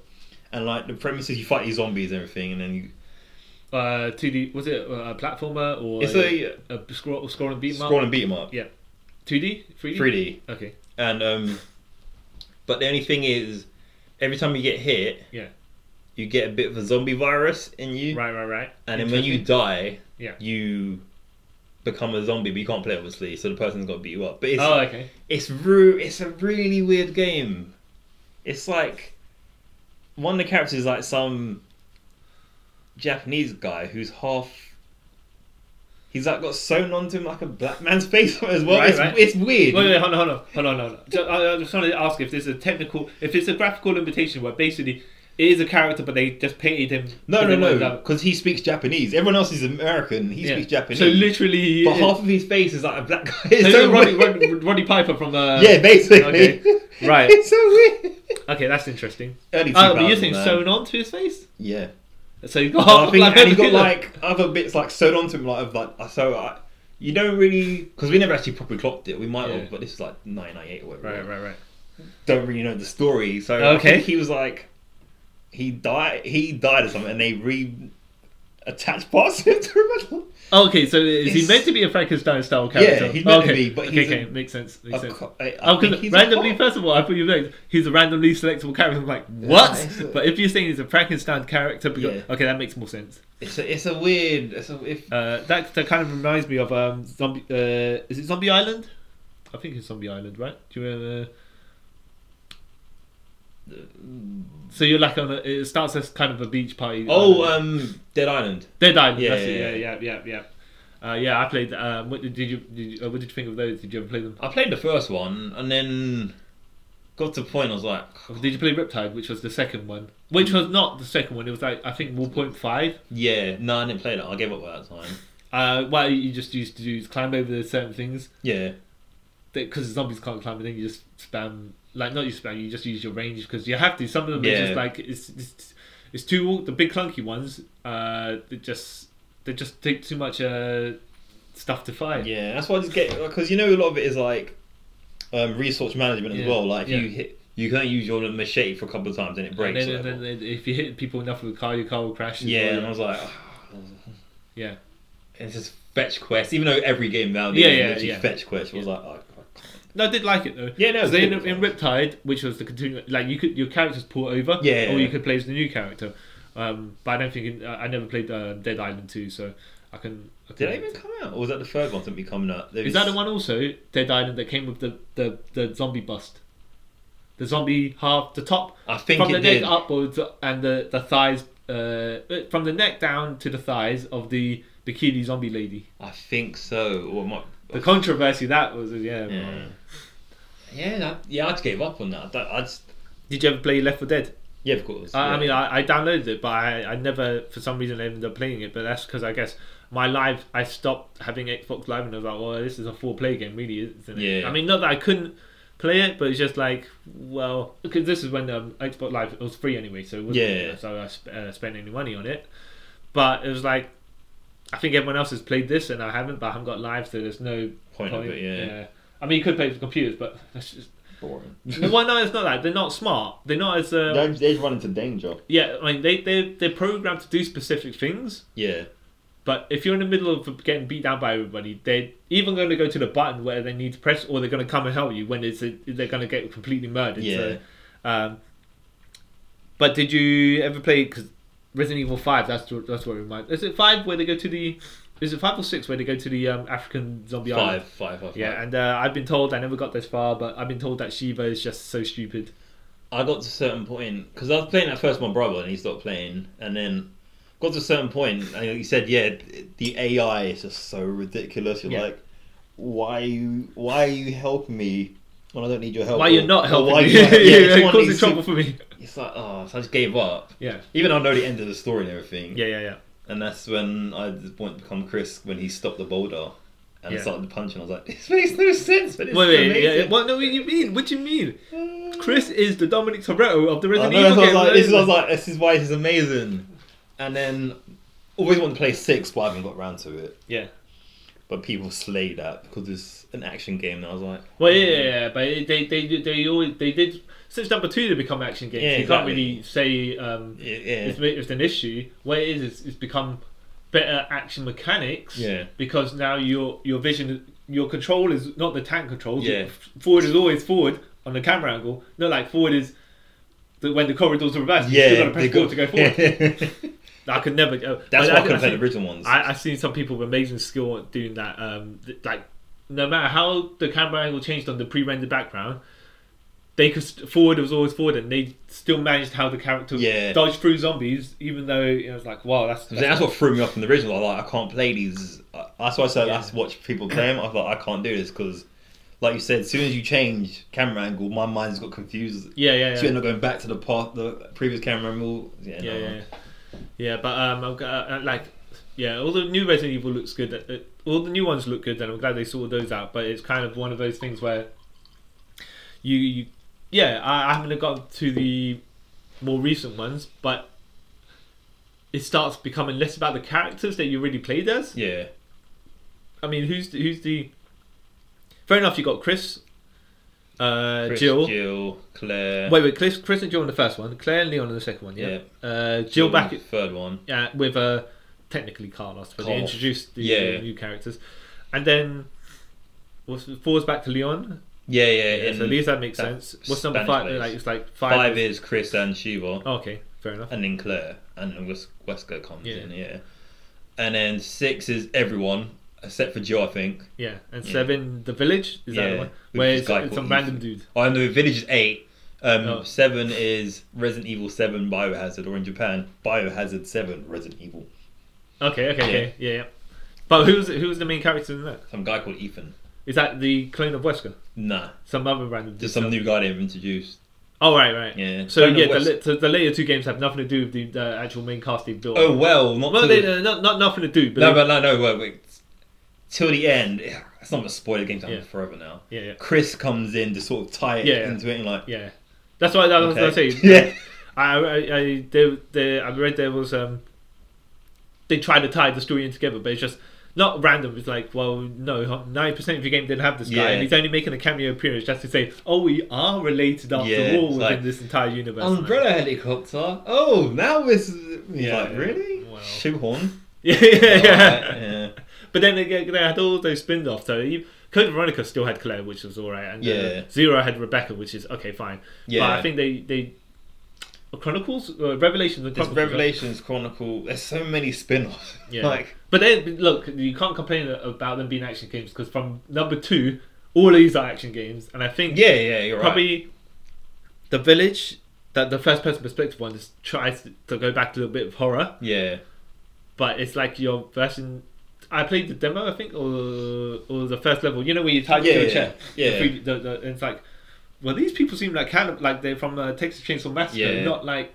Speaker 1: And like the premise is you fight these zombies and everything, and then you
Speaker 2: Uh, 2D was it uh, a platformer or
Speaker 1: It's
Speaker 2: a, scroll scroll and beat 'em
Speaker 1: scroll
Speaker 2: up?
Speaker 1: and beat 'em up.
Speaker 2: Yeah. 2D, 3D,
Speaker 1: Three D.
Speaker 2: Okay.
Speaker 1: And um, but the only thing is, every time you get hit,
Speaker 2: Yeah.
Speaker 1: you get a bit of a zombie virus in you,
Speaker 2: Right, right, right.
Speaker 1: and then when you
Speaker 2: Interesting.
Speaker 1: die,
Speaker 2: Yeah.
Speaker 1: you become a zombie. But you can't play obviously, so the person's got to beat you up. But it's
Speaker 2: Oh, okay.
Speaker 1: it's ru- it's a really weird game. It's like one of the characters is like some Japanese guy who's half. He's like got sewn onto him like a black man's face as well.
Speaker 2: Right,
Speaker 1: it's,
Speaker 2: right.
Speaker 1: it's weird.
Speaker 2: Wait, wait, hold on, hold on, hold on, hold on. Just, I, I just wanted to ask if there's a technical, if it's a graphical limitation where basically it is a character, but they just painted him.
Speaker 1: No, no,
Speaker 2: but they wanted
Speaker 1: no,
Speaker 2: that-
Speaker 1: because he speaks Japanese. Everyone else is American. He
Speaker 2: yeah.
Speaker 1: speaks Japanese.
Speaker 2: So literally,
Speaker 1: but
Speaker 2: it-
Speaker 1: half of his face is like a black guy. It's
Speaker 2: so
Speaker 1: so
Speaker 2: Roddy,
Speaker 1: weird.
Speaker 2: Roddy, Roddy Piper from uh,
Speaker 1: yeah, basically.
Speaker 2: okay. Right.
Speaker 1: It's so weird.
Speaker 2: Okay, that's interesting.
Speaker 1: Early 2000s,
Speaker 2: Oh, but you're saying
Speaker 1: man.
Speaker 2: sewn onto his face?
Speaker 1: Yeah.
Speaker 2: So you got
Speaker 1: And I think,
Speaker 2: Oh, like,
Speaker 1: and he got like other bits like sewed onto him, like of like I- so. I, you don't really because we never actually properly clocked it. We might
Speaker 2: Yeah.
Speaker 1: have, but this is like 1998 or whatever.
Speaker 2: right, right, right.
Speaker 1: Don't really know the story. So I
Speaker 2: Okay.
Speaker 1: think he was like, he died. He died or something, and they re attached parts of him to him.
Speaker 2: Okay, so is he
Speaker 1: It's-
Speaker 2: meant to be a Frankenstein style character?
Speaker 1: Yeah, he's meant to
Speaker 2: okay.
Speaker 1: be, but
Speaker 2: okay,
Speaker 1: he's
Speaker 2: okay,
Speaker 1: a-
Speaker 2: makes sense.
Speaker 1: A
Speaker 2: Makes sense.
Speaker 1: co- I- I
Speaker 2: Oh,
Speaker 1: think
Speaker 2: because
Speaker 1: he's a
Speaker 2: randomly,
Speaker 1: cop.
Speaker 2: first of all, I thought you meant he's a randomly selectable character. I'm like, what?
Speaker 1: he's a-
Speaker 2: but if you're saying he's a Frankenstein character, because,
Speaker 1: Yeah.
Speaker 2: okay, that makes more sense.
Speaker 1: It's a, it's a weird. It's a, if
Speaker 2: Uh, that that kind of reminds me of um, zombie. Uh, is it Zombie Island? I think it's Zombie Island, right? Do you remember? Uh, So you're like on a, it starts as kind of a beach party.
Speaker 1: oh
Speaker 2: island.
Speaker 1: um Dead Island.
Speaker 2: Dead Island.
Speaker 1: yeah,
Speaker 2: uh, Yeah, that's yeah,
Speaker 1: yeah,
Speaker 2: it. yeah, yeah, yeah, yeah. Uh, yeah, I played. Um, what did, did you? Did you uh, what did you think of those? Did you ever play them?
Speaker 1: I played the first one and then got to a point I was like,
Speaker 2: Did you play Riptide, which was the second one? Which was not the second one. It was like I think 1.5.
Speaker 1: yeah, no, I didn't play that. I gave up by that time.
Speaker 2: Uh, what you just used to do is climb over the certain things
Speaker 1: Yeah,
Speaker 2: because zombies can't climb, and then you just spam like not you spam, you just use your range because you have to. Some of them are
Speaker 1: Yeah.
Speaker 2: just like it's it's, it's too the big clunky ones. Uh, they just they just take too much uh stuff to fire.
Speaker 1: yeah. That's why I just get because you know a lot of it is like um, resource management as
Speaker 2: Yeah,
Speaker 1: well. Like if you
Speaker 2: yeah.
Speaker 1: hit, you can't use your machete for a couple of times and it breaks.
Speaker 2: And
Speaker 1: or
Speaker 2: then,
Speaker 1: whatever.
Speaker 2: and then if you hit people enough with a car, your car will crash. as
Speaker 1: yeah,
Speaker 2: well.
Speaker 1: and I was like,
Speaker 2: yeah.
Speaker 1: it's just fetch quest. Even though every game now,
Speaker 2: Yeah,
Speaker 1: yeah,
Speaker 2: yeah,
Speaker 1: yeah,
Speaker 2: yeah.
Speaker 1: fetch quest. I was like, oh, God.
Speaker 2: No, I did like it though.
Speaker 1: Yeah, no,
Speaker 2: So
Speaker 1: it's
Speaker 2: they
Speaker 1: good,
Speaker 2: end up in
Speaker 1: it's
Speaker 2: Riptide, which was the continuing. Like you could your characters pull over,
Speaker 1: Yeah.
Speaker 2: or you could play as the new character. Um, but I don't think I I never played uh, Dead Island two, so I can. I can
Speaker 1: did that even come out, or was that the third one something coming out? There
Speaker 2: Is
Speaker 1: was-
Speaker 2: that the one also Dead Island that came with the the, the zombie bust, the zombie half the top
Speaker 1: I think
Speaker 2: from
Speaker 1: it
Speaker 2: the
Speaker 1: did.
Speaker 2: neck upwards and the the thighs uh from the neck down to the thighs of the bikini zombie lady.
Speaker 1: I think so. Or it might,
Speaker 2: The controversy that was yeah.
Speaker 1: yeah, yeah, that- yeah. I just gave up on that. That- I just,
Speaker 2: Did you ever play Left 4 Dead?
Speaker 1: yeah, of course.
Speaker 2: I, I
Speaker 1: yeah.
Speaker 2: mean, I, I downloaded it, but I, I never, for some reason, ended up playing it. But that's because I guess my live, I stopped having Xbox Live and I was like, well, this is a four play game, really, isn't it?
Speaker 1: Yeah.
Speaker 2: I mean, not that I couldn't play it, but it's just like, well, because this is when um, Xbox Live it was free anyway, so it wasn't,
Speaker 1: Yeah.
Speaker 2: so I sp- uh, spent any money on it. But it was like, I think everyone else has played this and I haven't, but I haven't got live, so there's no
Speaker 1: Point of it, yeah.
Speaker 2: I mean, you could play it for computers, but that's just.
Speaker 1: boring.
Speaker 2: Well, no, it's not that. They're not smart. They're not as. Uh,
Speaker 1: They they run into danger.
Speaker 2: yeah, I mean they they they're programmed to do specific things,
Speaker 1: Yeah,
Speaker 2: but if you're in the middle of getting beat down by everybody, they're even going to go to the button where they need to press, or they're going to come and help you when it's a, they're going to get completely murdered. So, um, but did you ever play? Because Resident Evil Five, that's what- that's what it reminds. Is it five where they go to the? Is it five or six where they go to the um, African zombie
Speaker 1: five,
Speaker 2: island?
Speaker 1: five, five.
Speaker 2: Yeah,
Speaker 1: five.
Speaker 2: and uh, I've been told I never got this far, but I've been told that Shiva is just so stupid.
Speaker 1: I got to a certain point because I was playing at first with my brother and he stopped playing, and then got to a certain point and he said, "Yeah, the AI is just so ridiculous." You're
Speaker 2: Yeah.
Speaker 1: like, "Why? Are you, why are you helping me when I don't need your help?"
Speaker 2: Why
Speaker 1: Or-
Speaker 2: you're not
Speaker 1: or
Speaker 2: helping?
Speaker 1: why
Speaker 2: me?
Speaker 1: you- yeah, it's
Speaker 2: yeah,
Speaker 1: one
Speaker 2: it
Speaker 1: of
Speaker 2: causes
Speaker 1: these-
Speaker 2: trouble for me.
Speaker 1: It's like, oh, so I just gave up.
Speaker 2: Yeah.
Speaker 1: Even though I know the end of the story and everything.
Speaker 2: Yeah, yeah, yeah.
Speaker 1: And that's when I at the point become Chris when he stopped the boulder and
Speaker 2: Yeah.
Speaker 1: started to punch and I was like, this makes no sense, but it's
Speaker 2: Wait, wait, yeah,
Speaker 1: amazing.
Speaker 2: what, no, what do you mean? What do you mean?
Speaker 1: Uh,
Speaker 2: Chris is the Dominic Toretto of the
Speaker 1: I
Speaker 2: Resident
Speaker 1: know, that's what I
Speaker 2: Evil
Speaker 1: was
Speaker 2: game.
Speaker 1: like, this is what I was
Speaker 2: right?
Speaker 1: like, this is why this is amazing. And then always want to play six, but I haven't got round to it.
Speaker 2: yeah.
Speaker 1: But people slay that because it's an action game. And I was like,
Speaker 2: Well, yeah, yeah, yeah, but it- they, they, they, they always, they did. Since number two, they become action games.
Speaker 1: Yeah,
Speaker 2: you
Speaker 1: exactly.
Speaker 2: can't really say um,
Speaker 1: yeah,
Speaker 2: it's, it's an issue. What it is, is it's become better action mechanics.
Speaker 1: Yeah.
Speaker 2: Because now your your vision, your control is not the tank controls.
Speaker 1: Yeah.
Speaker 2: Forward is always forward on the camera angle. Not like forward is. The, when the corridors are reversed, you still
Speaker 1: yeah,
Speaker 2: gotta press forward to go forward. I could never. go.
Speaker 1: That's why
Speaker 2: but
Speaker 1: I
Speaker 2: I-
Speaker 1: couldn't play
Speaker 2: I think-
Speaker 1: the original ones.
Speaker 2: I, I've seen some people with amazing skill at doing that. Um, th- like, no matter how the camera angle changed on the pre-rendered background, they could st- forward was always forward, and they still managed how the character
Speaker 1: Yeah.
Speaker 2: dodged through zombies, even though it was like, wow, that's,
Speaker 1: So that's what threw me off in the original. I was like I can't play these. I- That's why I said I watched people play them. I thought I can't do this because, like you said, as soon as you change camera angle, my mind's got confused.
Speaker 2: Yeah, yeah,
Speaker 1: So you
Speaker 2: yeah.
Speaker 1: end up going back to the part, the previous camera angle. Yeah,
Speaker 2: yeah,
Speaker 1: no.
Speaker 2: yeah, yeah. Yeah, but um, I've got uh, like, yeah, all the new Resident Evil looks good. uh, All the new ones look good, and I'm glad they sorted those out. But it's kind of one of those things where you, you yeah, I, I haven't got to the more recent ones, but it starts becoming less about the characters that you really played as.
Speaker 1: yeah.
Speaker 2: I mean, who's the, who's the? Fair enough, you got Chris, uh,
Speaker 1: Chris,
Speaker 2: Jill.
Speaker 1: Jill, Claire.
Speaker 2: Wait, wait, Chris, Chris and Jill in the first one, Claire and Leon in the second one. Yeah, Uh, Jill back
Speaker 1: the third one.
Speaker 2: uh, with uh, technically Carlos, but they
Speaker 1: Carlos.
Speaker 2: introduced the
Speaker 1: Yeah.
Speaker 2: uh, new characters, and then what's falls back to Leon.
Speaker 1: Yeah, yeah.
Speaker 2: Yeah,
Speaker 1: and
Speaker 2: so at least that makes
Speaker 1: that
Speaker 2: sense. What's number
Speaker 1: Spanish
Speaker 2: five?
Speaker 1: place.
Speaker 2: Like it's like five.
Speaker 1: five is Chris and Shiva,
Speaker 2: Oh, okay, fair enough.
Speaker 1: and then Claire, and then Wes- Wesker comes
Speaker 2: Yeah.
Speaker 1: in. Yeah. And then six is everyone except for Jill, I think.
Speaker 2: Yeah, and
Speaker 1: Yeah.
Speaker 2: seven, the village is that
Speaker 1: Yeah,
Speaker 2: the one
Speaker 1: with
Speaker 2: where
Speaker 1: this
Speaker 2: it's,
Speaker 1: guy
Speaker 2: it's
Speaker 1: called
Speaker 2: some random dude.
Speaker 1: Oh, no, Village is eight. Um,
Speaker 2: Oh.
Speaker 1: Seven is Resident Evil Seven Biohazard, or in Japan, Biohazard Seven Resident Evil.
Speaker 2: Okay, okay, okay, yeah, yeah. But who's who's the main character in that?
Speaker 1: Some guy called Ethan.
Speaker 2: Is that the clone of Wesker?
Speaker 1: Nah,
Speaker 2: Some other random.
Speaker 1: just
Speaker 2: dude.
Speaker 1: some new guy they've introduced.
Speaker 2: Oh right, right.
Speaker 1: Yeah.
Speaker 2: So
Speaker 1: Clone of
Speaker 2: yeah, the,
Speaker 1: Wes-
Speaker 2: la- so the later two games have nothing to do with the uh, actual main cast they've built.
Speaker 1: Oh well, not
Speaker 2: well,
Speaker 1: till-
Speaker 2: they, uh, not not nothing to do. But
Speaker 1: no,
Speaker 2: they-
Speaker 1: but no, no, wait, wait. Till the end, yeah, it's not gonna spoil the game time
Speaker 2: Yeah.
Speaker 1: forever now.
Speaker 2: yeah, yeah.
Speaker 1: Chris comes in to sort of tie it
Speaker 2: Yeah.
Speaker 1: into it, and like,
Speaker 2: Yeah, that's what I was gonna
Speaker 1: okay.
Speaker 2: say.
Speaker 1: yeah,
Speaker 2: I, I, I, there, there, I read there was um, they tried to tie the story in together, but it's just not random. It's like, well, no, ninety percent of your game didn't have this guy,
Speaker 1: Yeah.
Speaker 2: and he's only making a cameo appearance just to say, oh, we are related after
Speaker 1: Yeah,
Speaker 2: all
Speaker 1: it's
Speaker 2: within
Speaker 1: like,
Speaker 2: this entire universe.
Speaker 1: umbrella helicopter. Oh, now this. is- He's
Speaker 2: Yeah,
Speaker 1: like,
Speaker 2: yeah.
Speaker 1: really?
Speaker 2: Wow.
Speaker 1: Shoehorn.
Speaker 2: Yeah, yeah,
Speaker 1: Alright,
Speaker 2: yeah.
Speaker 1: yeah.
Speaker 2: But then they, get- they had all those spin-offs. So you, Code Veronica still had Claire, which was all right, and
Speaker 1: Yeah.
Speaker 2: uh, Zero had Rebecca, which is okay, fine.
Speaker 1: Yeah.
Speaker 2: but I think they they. Chronicles, uh, Revelations, and
Speaker 1: There's
Speaker 2: Chronicles, right?
Speaker 1: Revelations Chronicle. There's so many spin-offs.
Speaker 2: Yeah.
Speaker 1: Like,
Speaker 2: but then look, you can't complain about them being action games because from number two, all these are action games, and I think
Speaker 1: yeah, yeah, you're right.
Speaker 2: probably the village that the first person perspective one just tries to, to go back to a little bit of horror,
Speaker 1: Yeah,
Speaker 2: but it's like your version. I played the demo, I think, or or the first level. You know, where you tied
Speaker 1: Yeah,
Speaker 2: to a
Speaker 1: yeah,
Speaker 2: chair.
Speaker 1: yeah.
Speaker 2: The three- the- the- and it's like, well, these people seem like kind of like they're from uh, Texas Chainsaw Massacre,
Speaker 1: Yeah.
Speaker 2: not like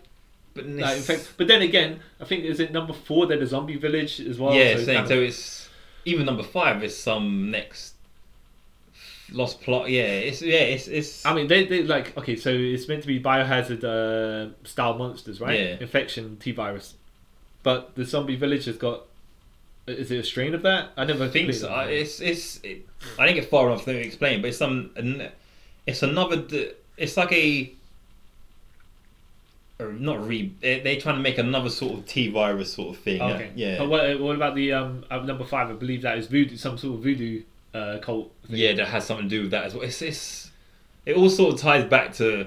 Speaker 1: but
Speaker 2: like, in
Speaker 1: it's-
Speaker 2: fact, but then again, I think is it number four? They're the zombie village as well.
Speaker 1: yeah,
Speaker 2: it's
Speaker 1: same.
Speaker 2: kind
Speaker 1: So
Speaker 2: of-
Speaker 1: it's even number five is some next lost plot. Yeah, it's yeah, it's it's.
Speaker 2: I mean, they they like okay, so it's meant to be biohazard uh, style monsters, right?
Speaker 1: Yeah.
Speaker 2: Infection T virus, but the zombie village has got. Is it a strain of that? I never
Speaker 1: I think so. I-
Speaker 2: completely-
Speaker 1: It's it's. It, I didn't get far enough to explain, but it's some. an- It's another. d- It's like a. Or not re. They're, they're trying to make another sort of T virus sort of thing.
Speaker 2: okay.
Speaker 1: Yeah.
Speaker 2: But what, what about the um uh, number five? I believe that is voodoo, some sort of voodoo uh, cult. Thing.
Speaker 1: Yeah, that has something to do with that as well. It's it's. It all sort of ties back to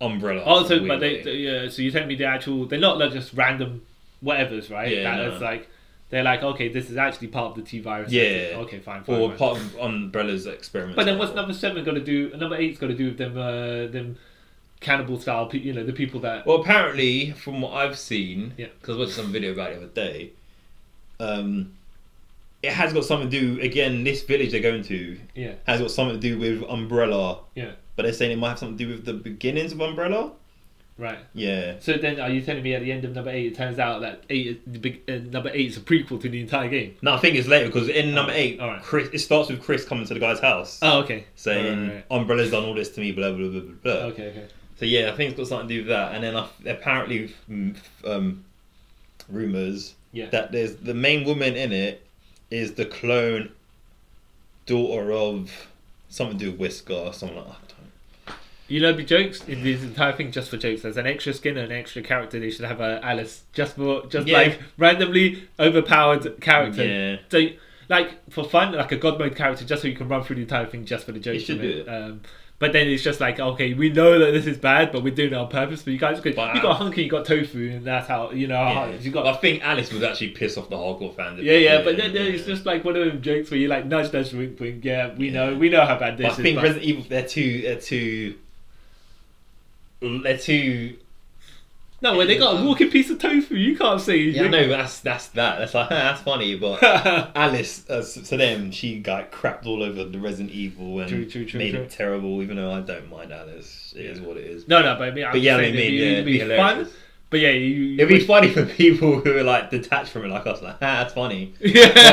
Speaker 1: Umbrella.
Speaker 2: Oh, so
Speaker 1: in a
Speaker 2: but they,
Speaker 1: weird
Speaker 2: they
Speaker 1: way.
Speaker 2: yeah. So you tell me the actual. They're not like just random, whatever's right.
Speaker 1: Yeah,
Speaker 2: that
Speaker 1: no.
Speaker 2: is like. They're like, okay, this is actually part of the T virus.
Speaker 1: Yeah.
Speaker 2: Okay, fine. fine
Speaker 1: Or
Speaker 2: fine.
Speaker 1: part of Umbrella's experiment.
Speaker 2: But then what's number seven got to do? Number eight's got to do with them, uh, them cannibal style. pe- You know, the people that.
Speaker 1: Well, apparently, from what I've seen,
Speaker 2: Yeah.
Speaker 1: because I watched some video about it the other day, um, it has got something to do. Again, this village they're going to
Speaker 2: Yeah,
Speaker 1: has got something to do with Umbrella,
Speaker 2: yeah,
Speaker 1: but they're saying it might have something to do with the beginnings of Umbrella.
Speaker 2: right.
Speaker 1: Yeah,
Speaker 2: So then, are you telling me at the end of number eight, it turns out that eight, is the big, uh, number eight is a prequel to the entire game?
Speaker 1: no, I think it's later because in number
Speaker 2: Oh,
Speaker 1: eight,
Speaker 2: alright.
Speaker 1: Chris it starts with Chris coming to the guy's house
Speaker 2: Oh, okay.
Speaker 1: saying
Speaker 2: Right, right,
Speaker 1: Umbrella's done all this to me, blah blah blah blah blah.
Speaker 2: right. Okay, okay.
Speaker 1: So yeah, I think it's got something to do with that. And then I, apparently, mm, f- um, rumors
Speaker 2: Yeah.
Speaker 1: that there's the main woman in it is the clone daughter of something to do with Whisker or something like that.
Speaker 2: You know, the jokes in this entire thing just for jokes. There's an extra skin and an extra character. They should have uh, Alice just for just
Speaker 1: Yeah.
Speaker 2: like randomly overpowered
Speaker 1: I don't
Speaker 2: character.
Speaker 1: know. Yeah.
Speaker 2: So, like for fun, like a god mode character, just so you can run through the entire thing just for the joke.
Speaker 1: You should
Speaker 2: of it.
Speaker 1: do
Speaker 2: Um, but then it's just like, okay, we know that this is bad, but we're doing it on purpose for you guys. Cause
Speaker 1: But-
Speaker 2: you got hunky, you got tofu, and that's how you know. how
Speaker 1: yeah.
Speaker 2: hard- Oh, you
Speaker 1: I
Speaker 2: got
Speaker 1: think Alice would actually piss off the hardcore fans. if-
Speaker 2: yeah, yeah. But then, then
Speaker 1: yeah.
Speaker 2: it's just like one of them jokes where you like nudge, nudge, wink, wink. Yeah, we know,
Speaker 1: Yeah.
Speaker 2: we know how
Speaker 1: But
Speaker 2: bad this
Speaker 1: I
Speaker 2: is.
Speaker 1: think
Speaker 2: but-
Speaker 1: Resident Evil um, they're too they're too they're too
Speaker 2: No, well, they got a walking piece of tofu. You can't say.
Speaker 1: Yeah, I know, but that's that's that. That's like that's funny, but Alice, uh, so them, she got crapped all over the Resident Evil and
Speaker 2: True, true, true,
Speaker 1: made
Speaker 2: true.
Speaker 1: it terrible. Even though I don't mind Alice, it is what it is.
Speaker 2: no, no, but I mean, I'm
Speaker 1: But yeah,
Speaker 2: saying
Speaker 1: they mean,
Speaker 2: it'd be,
Speaker 1: yeah,
Speaker 2: it'd be
Speaker 1: it'd be
Speaker 2: fun.
Speaker 1: hilarious.
Speaker 2: But yeah, you, you
Speaker 1: It'd be funny for people who are like detached from it, like us. Like, ah, that's funny.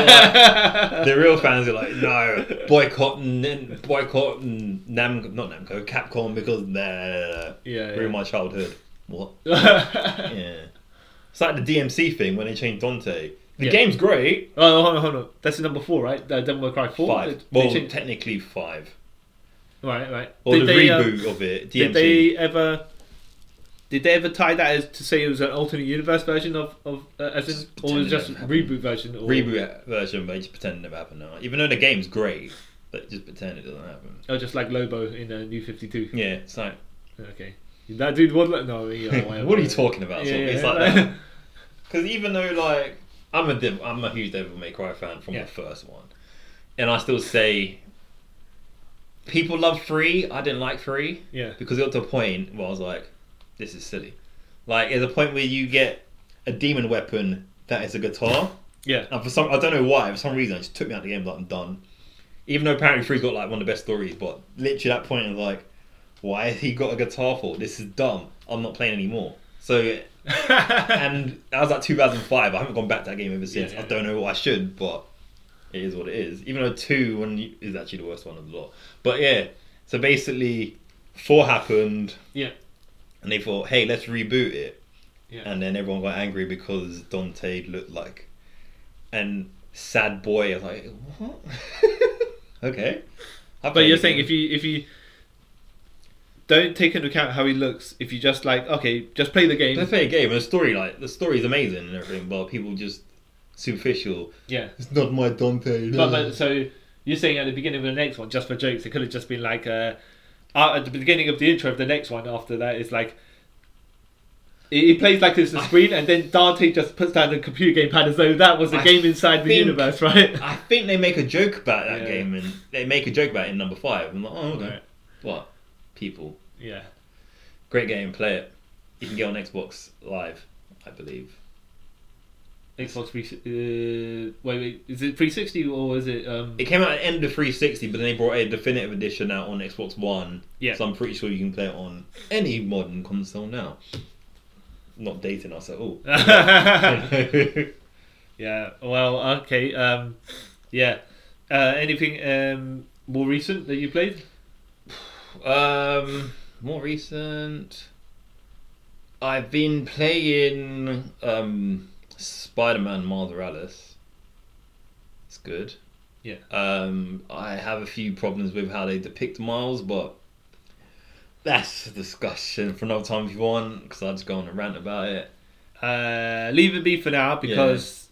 Speaker 2: yeah.
Speaker 1: The real fans are like, no, boycott and boycott and Namco, not Namco, Capcom because they're
Speaker 2: Yeah,
Speaker 1: ruined
Speaker 2: yeah.
Speaker 1: my childhood. What? Yeah, it's like the DMC thing when they changed Dante. The
Speaker 2: Yeah.
Speaker 1: game's great.
Speaker 2: oh, hold on, hold on. That's the number four, right? The Devil May Cry four.
Speaker 1: Five.
Speaker 2: They- they
Speaker 1: Well,
Speaker 2: changed-
Speaker 1: technically five.
Speaker 2: right, right.
Speaker 1: Or the
Speaker 2: they, uh,
Speaker 1: reboot of it. DMC.
Speaker 2: did they ever? Did they ever tie that as to say it was an alternate universe version of of uh, as in,
Speaker 1: Just
Speaker 2: or was it just
Speaker 1: pretend it
Speaker 2: reboot version? Or,
Speaker 1: reboot version, but they just pretend it never happened now. Even though the game's great, but just pretend it doesn't happen.
Speaker 2: Or just like Lobo in uh, New Fifty Two.
Speaker 1: Yeah, it's like,
Speaker 2: Okay. That dude was like, no, yeah, whatever.
Speaker 1: what are you talking about?
Speaker 2: Yeah,
Speaker 1: sort of?
Speaker 2: yeah,
Speaker 1: it's like that. Because even though like I'm a Dev- I'm a huge Devil May Cry fan from
Speaker 2: Yeah.
Speaker 1: the first one, and I still say people love three. I didn't like three
Speaker 2: yeah.
Speaker 1: because it got to a point where I was like, this is silly. Like there's a point where you get a demon weapon that is a guitar.
Speaker 2: Yeah.
Speaker 1: And for some, I don't know why, for some reason, it just took me out of the game. Like I'm done. Even though apparently Three's got like one of the best stories, but literally that point of like, why has he got a guitar for? This is dumb. I'm not playing anymore. So, and that was like 2005. I haven't gone back to that game ever since.
Speaker 2: Yeah, yeah.
Speaker 1: I don't know what I should, but it is what it is. Even though two one is actually the worst one of the lot. But yeah, so basically, four happened,
Speaker 2: yeah.
Speaker 1: and they thought, hey, let's reboot it
Speaker 2: Yeah.
Speaker 1: and then everyone got angry because Dante looked like an sad boy. I was like, what? okay. I
Speaker 2: But you're saying if you if you don't take into account how he looks, if you just like okay, just play the
Speaker 1: it's a
Speaker 2: game.
Speaker 1: fair game and the story, like the story is amazing and everything, but people just superficial.
Speaker 2: Yeah.
Speaker 1: It's not my Dante.
Speaker 2: But, but so you're saying at the beginning of the next one, just for jokes, it could have just been like uh, uh, at the beginning of the intro of the next one. After that, it's like. He he plays like this on screen, and then Dante just puts down the computer gamepad as though that was a
Speaker 1: I
Speaker 2: game inside the
Speaker 1: think-
Speaker 2: universe, right?
Speaker 1: I think they make a joke about that
Speaker 2: Yeah.
Speaker 1: game, and they make a joke about it in number five. I'm like, oh, okay.
Speaker 2: Right.
Speaker 1: What? People,
Speaker 2: Yeah.
Speaker 1: great game, play it. You can get on Xbox Live, I believe.
Speaker 2: Xbox 360. Uh, wait, wait, is it 360 or is it? Um,
Speaker 1: It came out at the end of 360, but then they brought a definitive edition out on Xbox One.
Speaker 2: Yeah.
Speaker 1: So I'm pretty sure you can play it on any modern console now. Not dating us at all. yeah,
Speaker 2: yeah. Well, okay. Um, yeah. Uh, anything um, more recent that you played?
Speaker 1: um, more recent. I've been playing um, Spider Man Miles Morales. It's good.
Speaker 2: Yeah.
Speaker 1: Um, I have a few problems with how they depict Miles, but that's a discussion for another time if you want, because I'll just go on a rant about it.
Speaker 2: Uh, leave it be for now because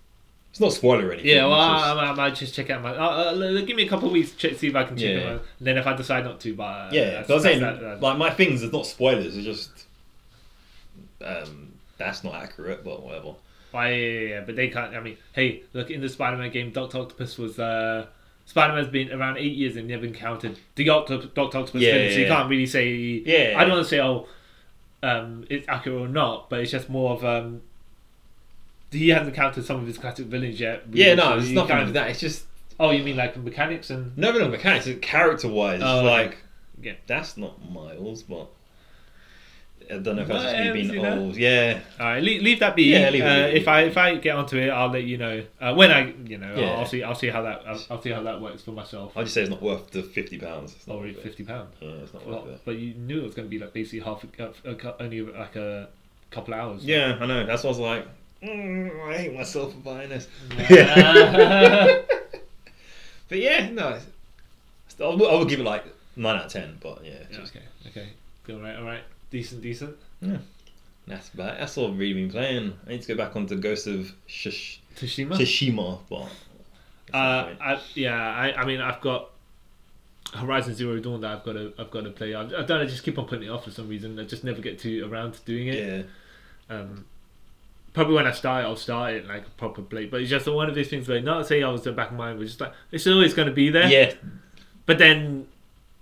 Speaker 1: It's not spoiler or anything.
Speaker 2: yeah. well,
Speaker 1: it's
Speaker 2: I,
Speaker 1: just-
Speaker 2: I, I might just check out my. Uh, uh, give me a couple of weeks to check, see if I can check
Speaker 1: Yeah.
Speaker 2: it out. And then if I decide not to, but uh,
Speaker 1: yeah.
Speaker 2: that's-
Speaker 1: But I'm saying,
Speaker 2: that's that, uh,
Speaker 1: like, my things are not spoilers. It's just um, that's not accurate, but whatever.
Speaker 2: why- yeah, yeah, yeah, but they can't. I mean, hey, look in the Spider-Man game, Doctor Octopus was. Uh, Spider-Man's been around eight years and never encountered the Octo- Doctor Octopus,
Speaker 1: Yeah,
Speaker 2: film, so you
Speaker 1: yeah.
Speaker 2: can't really say.
Speaker 1: Yeah.
Speaker 2: I don't want to say oh, um, it's accurate or not, but it's just more of um, he hasn't encountered some of his classic villains yet.
Speaker 1: Yeah, no,
Speaker 2: So
Speaker 1: it's
Speaker 2: you
Speaker 1: nothing
Speaker 2: can't-
Speaker 1: like that. It's just
Speaker 2: Oh, you mean like mechanics and
Speaker 1: no, no, mechanics. It's character wise,
Speaker 2: Oh, okay.
Speaker 1: like
Speaker 2: Yeah.
Speaker 1: that's not Miles, but. I don't know if that's
Speaker 2: Well,
Speaker 1: just
Speaker 2: I
Speaker 1: me
Speaker 2: haven't seen
Speaker 1: being
Speaker 2: that.
Speaker 1: old. Yeah,
Speaker 2: all right? Leave, leave that be.
Speaker 1: Yeah, leave it
Speaker 2: uh,
Speaker 1: be.
Speaker 2: If I if I get onto it, I'll let you know uh, when I you know
Speaker 1: Yeah.
Speaker 2: I'll, I'll see I'll see how that I'll, I'll see how that works for myself.
Speaker 1: I'll just say it's not worth the fifty pounds. It's not
Speaker 2: Or
Speaker 1: worth it.
Speaker 2: fifty pound.
Speaker 1: Yeah, it's not worth
Speaker 2: Oh, Well,
Speaker 1: it.
Speaker 2: but you knew it was going to be like basically half a, a, a, cou- only like a couple hours.
Speaker 1: Yeah, I know. That's why I was like, mm, I hate myself for buying this.
Speaker 2: Yeah.
Speaker 1: but yeah, no. it's- I would I would give it like 9 out of 10, but yeah.
Speaker 2: Yeah,
Speaker 1: just-
Speaker 2: okay. Okay. All right. All right. Decent. Decent.
Speaker 1: That's about That's all I've really been playing. I need to go back onto Ghost of Shish-
Speaker 2: Tsushima.
Speaker 1: Tsushima, but.
Speaker 2: Uh, I, yeah, I, I mean, I've got Horizon Zero Dawn that I've got to, I've got to play. I've, I've done it. Just keep on putting it off for some reason. I just never get to around to doing it.
Speaker 1: yeah.
Speaker 2: Um, probably when I start, it, I'll start it like probably. But it's just one of those things where not say I was the back of my mind, but just like it's always going to be there.
Speaker 1: Yeah.
Speaker 2: But then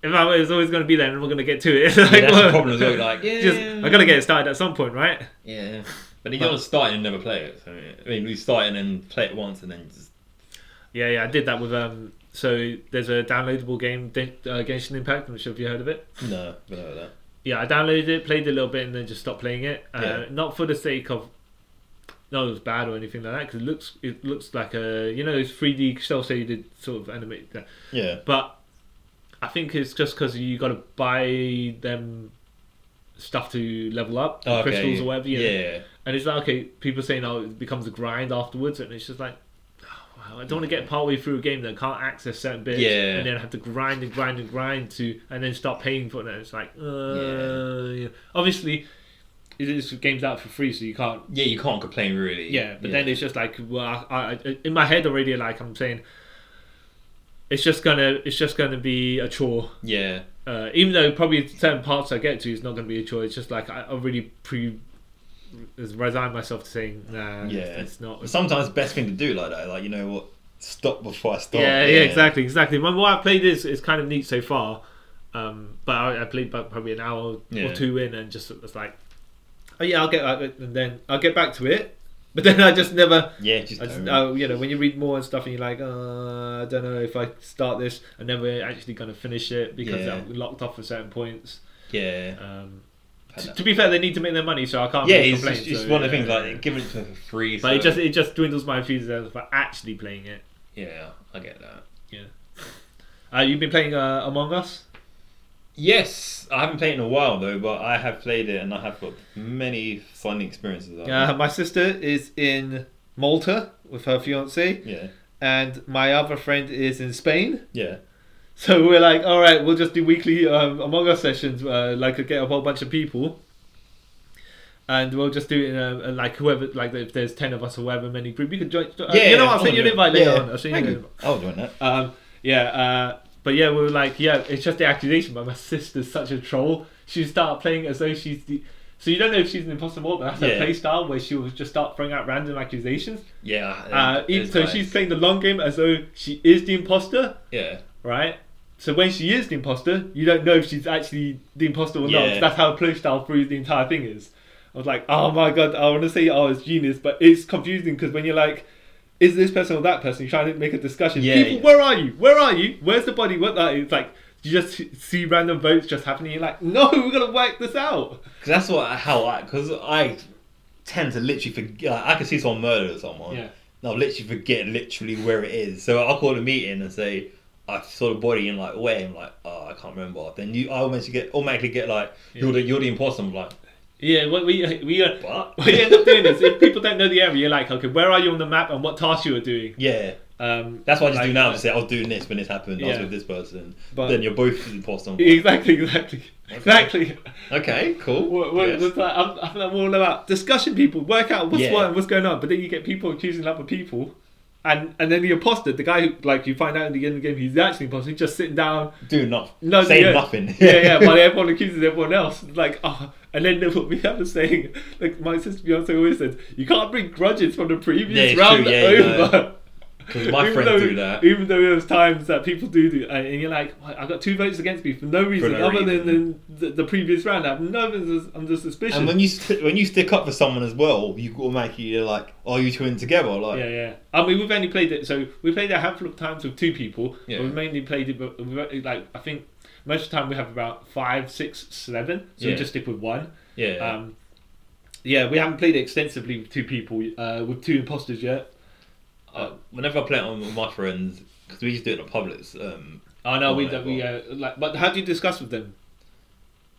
Speaker 2: If I was always going to be there, and we're going to get to it. like,
Speaker 1: Yeah, that's the
Speaker 2: well,
Speaker 1: problem as well. Like, yeah,
Speaker 2: Just, I gotta get it started at some point, right?
Speaker 1: yeah. But you gotta start it and never play it. So, I mean, we start it and then play it once and then just
Speaker 2: Yeah, yeah, I did that with um. So there's a downloadable game, Den- uh, Genshin Impact. I'm not sure if you heard of it.
Speaker 1: no, below that.
Speaker 2: Yeah, I downloaded it, played a little bit, and then just stopped playing it. Uh,
Speaker 1: Yeah.
Speaker 2: Not for the sake of, no, it was bad or anything like that. Because it looks, it looks like a you know, it's 3D cell shaded sort of animated.
Speaker 1: Yeah,
Speaker 2: But I think it's just because you got to buy them stuff to level up,
Speaker 1: Oh, okay.
Speaker 2: crystals or whatever. You know?
Speaker 1: Yeah,
Speaker 2: And it's like, okay, people saying, oh, it becomes a grind afterwards, and it's just like, oh, wow, I don't want to get partway through a game that can't access certain bits,
Speaker 1: Yeah.
Speaker 2: and then have to grind and grind and grind to, and then start paying for it. It's like, uh, yeah. obviously, it is games out for free, so you can't.
Speaker 1: yeah. You can't complain really.
Speaker 2: Yeah, but then it's just like, well, I, I, in my head already, like I'm saying, it's just gonna, it's just gonna be a chore
Speaker 1: yeah,
Speaker 2: uh, even though probably certain parts I get to is not going to be a choice. It's just like I already pre resigned myself to saying, nah,
Speaker 1: Yeah.
Speaker 2: it's, it's not.
Speaker 1: Sometimes best thing to do like that. Like you know what, stop before I stop.
Speaker 2: yeah, yeah, exactly, exactly. Well, what I played is is kind of neat so far, um, but I, I played about probably an hour
Speaker 1: Yeah.
Speaker 2: or two in and just was like, oh yeah, I'll get back, and then I'll get back to it. But then I just never
Speaker 1: Yeah, just, uh,
Speaker 2: I just,
Speaker 1: don't.
Speaker 2: oh, you know, when you read more and stuff, and you're like, uh, I don't know if I start this, I'm never actually going to finish it because
Speaker 1: Yeah.
Speaker 2: I'm locked off for certain points.
Speaker 1: yeah.
Speaker 2: Um,
Speaker 1: I
Speaker 2: to,
Speaker 1: know.
Speaker 2: to be fair, they need to make their money, so I can't.
Speaker 1: yeah,
Speaker 2: really
Speaker 1: it's,
Speaker 2: complain,
Speaker 1: just, it's
Speaker 2: so,
Speaker 1: one of the
Speaker 2: yeah.
Speaker 1: things like giving it for free.
Speaker 2: But
Speaker 1: so-
Speaker 2: it just it just dwindles my enthusiasm for actually playing it.
Speaker 1: yeah, I get that.
Speaker 2: Uh, you've been playing uh, Among Us.
Speaker 1: Yes, I haven't played in a while though, but I have played it and I have got many fun experiences. of it.
Speaker 2: Uh, my sister is in Malta with her fiance,
Speaker 1: yeah,
Speaker 2: and my other friend is in Spain.
Speaker 1: yeah,
Speaker 2: So we're like, all right, we'll just do weekly um, Among Us sessions. Uh, like, get a whole bunch of people, and we'll just do it in a, a- like whoever like if there's ten of us or whoever many group, you could join. Uh,
Speaker 1: yeah.
Speaker 2: you know, what,
Speaker 1: I
Speaker 2: I'll send you an
Speaker 1: wanna
Speaker 2: invite
Speaker 1: do it.
Speaker 2: later
Speaker 1: Yeah,
Speaker 2: on. I'll send you
Speaker 1: thank
Speaker 2: an
Speaker 1: you.
Speaker 2: invite.
Speaker 1: I'll join that.
Speaker 2: Um, yeah, uh, but yeah, we were like, yeah, it's just the accusation. But my sister's such a troll. She started playing as though she's the. So you don't know if she's an imposter, but that's
Speaker 1: Yeah.
Speaker 2: her play style where she will just start throwing out random accusations.
Speaker 1: Yeah,
Speaker 2: Uh,
Speaker 1: that
Speaker 2: e-
Speaker 1: is
Speaker 2: so
Speaker 1: nice.
Speaker 2: she's playing the long game as though she is the imposter,
Speaker 1: yeah,
Speaker 2: right? So when she is the imposter, you don't know if she's actually the imposter or
Speaker 1: Yeah.
Speaker 2: not. That's how play style through the entire thing is. I was like, oh my god, I want to say oh it's genius, but it's confusing because when you're like, is this person or that person? You're trying to make a discussion.
Speaker 1: Yeah,
Speaker 2: People,
Speaker 1: yeah.
Speaker 2: where are you? Where are you? Where's the body? What that? It's like you just see random votes just happening. You're like, no, we're gonna work this out.
Speaker 1: because that's what how I because I tend to literally forget. Like, I can see someone murder someone.
Speaker 2: Yeah.
Speaker 1: And I'll literally forget literally where it is. So I'll call a meeting and say I saw the body and like where and like oh I can't remember. Then you I automatically get automatically get like you're the you're the imposter. I'm like
Speaker 2: Yeah, what we we are.
Speaker 1: what?
Speaker 2: We end up doing this if people don't know the area. You're like, okay, where are you on the map and what task you are doing?
Speaker 1: yeah.
Speaker 2: Um,
Speaker 1: That's what I just
Speaker 2: like-
Speaker 1: do now. I just say I was doing this when this happened. I was
Speaker 2: Yeah.
Speaker 1: with this person.
Speaker 2: But-
Speaker 1: then you're both the imposter. I'm like,
Speaker 2: Exactly, exactly, exactly.
Speaker 1: okay, cool.
Speaker 2: What, what,
Speaker 1: Yes.
Speaker 2: it's like, I'm, I'm all about discussion. People work out what's
Speaker 1: Yeah.
Speaker 2: what and what's going on, but then you get people accusing other people, and and then the imposter, the guy who like you find out in the end of the game, he's actually imposter. He's just sitting down,
Speaker 1: Do nothing.
Speaker 2: no,
Speaker 1: Say
Speaker 2: yeah.
Speaker 1: nothing.
Speaker 2: yeah, yeah. While everyone accuses everyone else, like oh, and then what we have a saying, like my sister Beyonce always says, you can't bring grudges from the
Speaker 1: Yeah,
Speaker 2: previous
Speaker 1: it's
Speaker 2: round
Speaker 1: true, yeah,
Speaker 2: over.
Speaker 1: no. 'Cause my
Speaker 2: Even
Speaker 1: friend
Speaker 2: though-
Speaker 1: do that.
Speaker 2: Even though there's times that people do do, and and you're like, "Well, I got two votes against me for no reason
Speaker 1: no
Speaker 2: other
Speaker 1: reason.
Speaker 2: than the, the, the previous round. I have no reason under suspicion.
Speaker 1: And when you st- when you stick up for someone as well, you automatically are like, "Are you two in together?" Like,
Speaker 2: yeah, yeah. I mean, we've only played it. So we played it a handful of times with two people.
Speaker 1: Yeah.
Speaker 2: But we mainly played it, but we, like I think most of the time we have about five, six, seven. So
Speaker 1: Yeah.
Speaker 2: we just stick with one.
Speaker 1: yeah.
Speaker 2: Um, yeah, we haven't played it extensively with two people, uh, with two imposters yet.
Speaker 1: Uh, whenever I play it on with my friends, because we used to do it in the publics, um,
Speaker 2: Oh no,
Speaker 1: Oh,
Speaker 2: we
Speaker 1: my
Speaker 2: don't. We
Speaker 1: God.
Speaker 2: uh, like, but how do you discuss with them?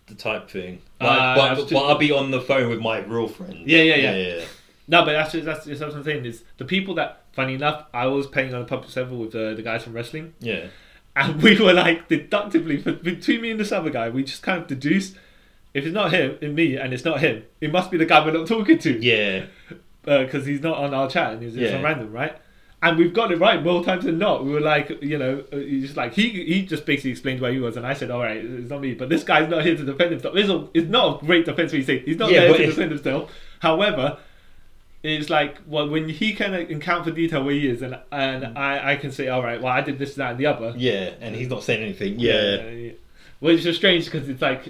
Speaker 1: the type thing.
Speaker 2: Uh,
Speaker 1: Like,
Speaker 2: I
Speaker 1: but,
Speaker 2: was
Speaker 1: but,
Speaker 2: just-
Speaker 1: I'll be on the phone with my real friends.
Speaker 2: Yeah, yeah, yeah.
Speaker 1: yeah,
Speaker 2: No, but that's just, that's just what I'm saying is the people that, funny enough, I was playing on a public level with uh, the guys from wrestling,
Speaker 1: yeah.
Speaker 2: and we were like deductively but between me and this other guy, we just kind of deduced if it's not him, it me, and it's not him, it must be the guy we're not talking to,
Speaker 1: yeah.
Speaker 2: because uh, he's not on our chat and he's just
Speaker 1: Yeah.
Speaker 2: on random, right? And we've got it right more times than not. We were like, you know, uh, he's just like he he just basically explained where he was, and I said, all right, it's not me, but this guy's not here to defend himself. It's, a, it's not a great defense. We say he's not
Speaker 1: Yeah,
Speaker 2: there
Speaker 1: but
Speaker 2: to
Speaker 1: it's-
Speaker 2: defend himself. However, it's like well, when he can encounter detail where he is, and
Speaker 1: Mm.
Speaker 2: and I I can say, all right, well, I did this, that, and the other.
Speaker 1: Yeah, and he's not saying anything. Yeah,
Speaker 2: yeah. which is strange because it's like,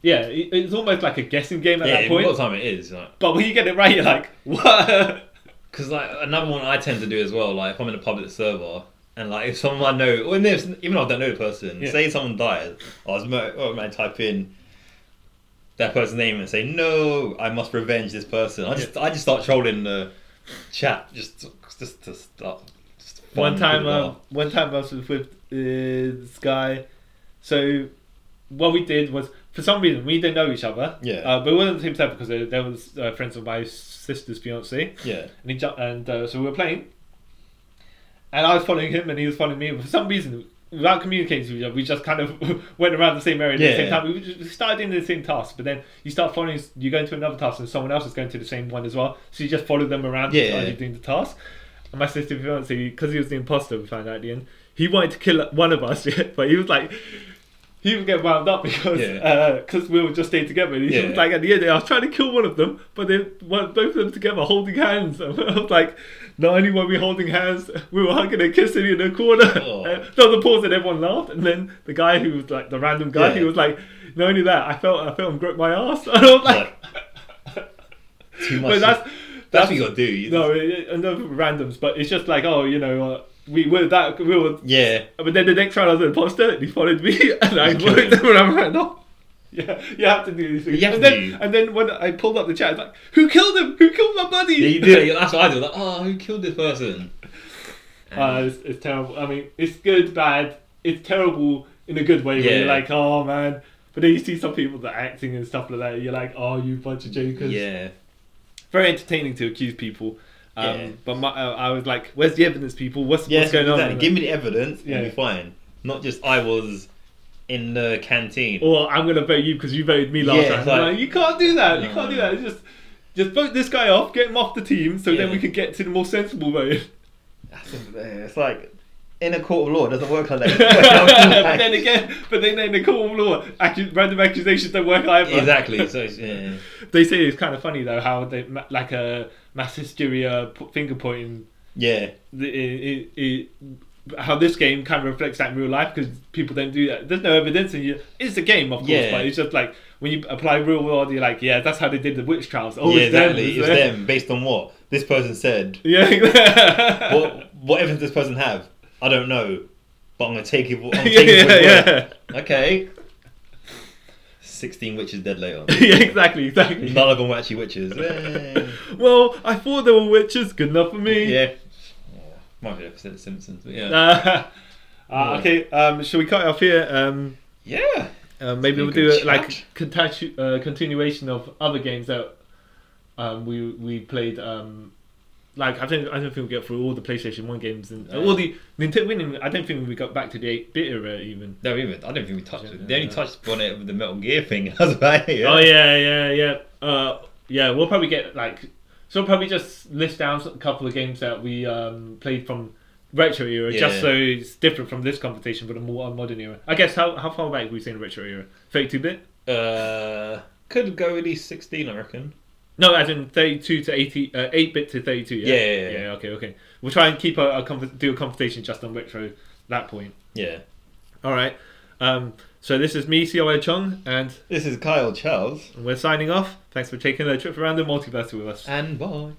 Speaker 2: yeah, it- it's almost like a guessing game at
Speaker 1: yeah,
Speaker 2: that
Speaker 1: a lot
Speaker 2: point.
Speaker 1: of time it is. Like,
Speaker 2: But when you get it right, you're like, what?
Speaker 1: Because like another one I tend to do as well, like if I'm in a public server and like if someone I know, or even if, even if I don't know the person,
Speaker 2: Yeah.
Speaker 1: say someone dies, I was mo- oh, man, type in that person's name and say no, I must revenge this person. I just I just start trolling the chat just to- just to start. Just fun
Speaker 2: one time,
Speaker 1: people
Speaker 2: um,
Speaker 1: laugh.
Speaker 2: one time I was with uh, this guy. So, what we did was, for some reason, we didn't know each other.
Speaker 1: Yeah.
Speaker 2: Uh, but we weren't the same type because there, there was uh, friends of my sister's fiance,
Speaker 1: yeah,
Speaker 2: and he ju- and uh, so we were playing, and I was following him, and he was following me. And for some reason, without communicating to each other, we just kind of went around the same area at
Speaker 1: Yeah,
Speaker 2: the same
Speaker 1: yeah.
Speaker 2: time. We just we started doing the same task, but then you start following, you go into another task, and someone else is going to the same one as well. So you just follow them around
Speaker 1: Yeah,
Speaker 2: yeah,
Speaker 1: yeah.
Speaker 2: doing the task. And my sister fiance, because he was the imposter, we found out at the end, he wanted to kill one of us, but he was like, he would get wound up because
Speaker 1: Yeah.
Speaker 2: because we would just stay together. And he
Speaker 1: Yeah.
Speaker 2: was like, at the end, I was trying to kill one of them, but they were both of them together holding hands. And I was like, not only were we holding hands, we were hugging and kissing in the corner.
Speaker 1: Oh.
Speaker 2: And there was a pause and everyone laughed. And then the guy who was like, the random guy,
Speaker 1: Yeah.
Speaker 2: he was like, not only that, I felt I felt him grip my ass. And I was like,
Speaker 1: like too much.
Speaker 2: but that's,
Speaker 1: that's, what you gotta do. You
Speaker 2: no,
Speaker 1: just-
Speaker 2: it, it- and no randoms, but it's just like, oh, you know, uh, we were that, we were.
Speaker 1: yeah,
Speaker 2: But then the next round I was an imposter, and he followed me, and I
Speaker 1: Okay.
Speaker 2: worked him, and I ran off. Yeah, you have to do these things.
Speaker 1: You have
Speaker 2: and,
Speaker 1: to
Speaker 2: then,
Speaker 1: do.
Speaker 2: and then when I pulled up the chat, I was like, who killed him? Who killed my buddy?
Speaker 1: yeah, you do. That's what I do. Like, oh, who killed this person?
Speaker 2: Uh, it's, it's terrible. I mean, it's good, bad. It's terrible in a good way. Where
Speaker 1: Yeah.
Speaker 2: you're like, oh man. But then you see some people that are acting and stuff like that. And you're like, oh, you bunch of jokers.
Speaker 1: yeah,
Speaker 2: Very entertaining to accuse people. Um,
Speaker 1: Yeah.
Speaker 2: But my, uh, I was like, where's the evidence, people? What's,
Speaker 1: Yeah,
Speaker 2: what's going on?
Speaker 1: exactly. Give me the evidence,
Speaker 2: Yeah.
Speaker 1: and you're fine. Not just I was in the canteen.
Speaker 2: or I'm gonna vote you because you voted me last
Speaker 1: Yeah,
Speaker 2: time.
Speaker 1: it's like-
Speaker 2: Like, you can't do that. You
Speaker 1: No.
Speaker 2: can't do that. It's just just vote this guy off, get him off the team, so then
Speaker 1: Yeah.
Speaker 2: we can get to the more sensible vote.
Speaker 1: That's a- it's like in a court of law, it doesn't work like that.
Speaker 2: but then again, but then in the court of law, accu- random accusations don't work either.
Speaker 1: exactly. So it's, yeah.
Speaker 2: They say it's kind of funny though how they ma- like a mass hysteria p- finger pointing.
Speaker 1: yeah,
Speaker 2: the- It, it, it, how this game kind of reflects that in real life because people don't do that. There's no evidence, and you, it's a game, of course,
Speaker 1: Yeah.
Speaker 2: but it's just like when you apply real world, you're like, yeah, that's how they did the witch trials. Oh,
Speaker 1: yeah,
Speaker 2: it's them,
Speaker 1: exactly. It's them based on what this person said.
Speaker 2: Yeah.
Speaker 1: What what evidence does this person have? I don't know, but I'm gonna take it. I'm gonna
Speaker 2: yeah,
Speaker 1: take it for
Speaker 2: yeah,
Speaker 1: its
Speaker 2: yeah.
Speaker 1: word. Okay. Sixteen witches dead later.
Speaker 2: yeah, exactly, exactly.
Speaker 1: None of them were actually witches. Yay.
Speaker 2: Well, I thought they were witches. Good enough for me.
Speaker 1: yeah. Might be episode of Simpsons, but yeah.
Speaker 2: Uh, uh,
Speaker 1: Yeah.
Speaker 2: okay. Um, shall we cut it off here? Um,
Speaker 1: yeah.
Speaker 2: uh, maybe
Speaker 1: Been
Speaker 2: we'll
Speaker 1: a
Speaker 2: do
Speaker 1: good
Speaker 2: a, like
Speaker 1: chat.
Speaker 2: contact- uh, continuation of other games that um, we we played. Um, like I don't I don't think we get through all the PlayStation One games and uh,
Speaker 1: No.
Speaker 2: all the Nintendo. Winning, I don't think we got back to the eight bit era even.
Speaker 1: No, even I don't think we touched it. They
Speaker 2: Yeah.
Speaker 1: only touched on it with the Metal Gear thing. That's about it.
Speaker 2: Oh yeah, yeah, yeah. Uh, yeah, we'll probably get like so we'll probably just list down a couple of games that we um, played from retro era, just
Speaker 1: Yeah.
Speaker 2: so it's different from this conversation, but a more modern era. I guess how how far back we saying retro era? Thirty two bit?
Speaker 1: Uh, could go at least sixteen, I reckon.
Speaker 2: No, as in thirty two to eighty, uh, eight bit to thirty two. Yeah?
Speaker 1: Yeah, yeah, yeah.
Speaker 2: Okay, okay. We'll try and keep a, a conver- do a conversation just on retro that point.
Speaker 1: Yeah.
Speaker 2: All right. Um, so this is me, COA Chung, and
Speaker 1: This is Kyle Charles,
Speaker 2: we're signing off. Thanks for taking a trip around the multiverse with us.
Speaker 1: and bye.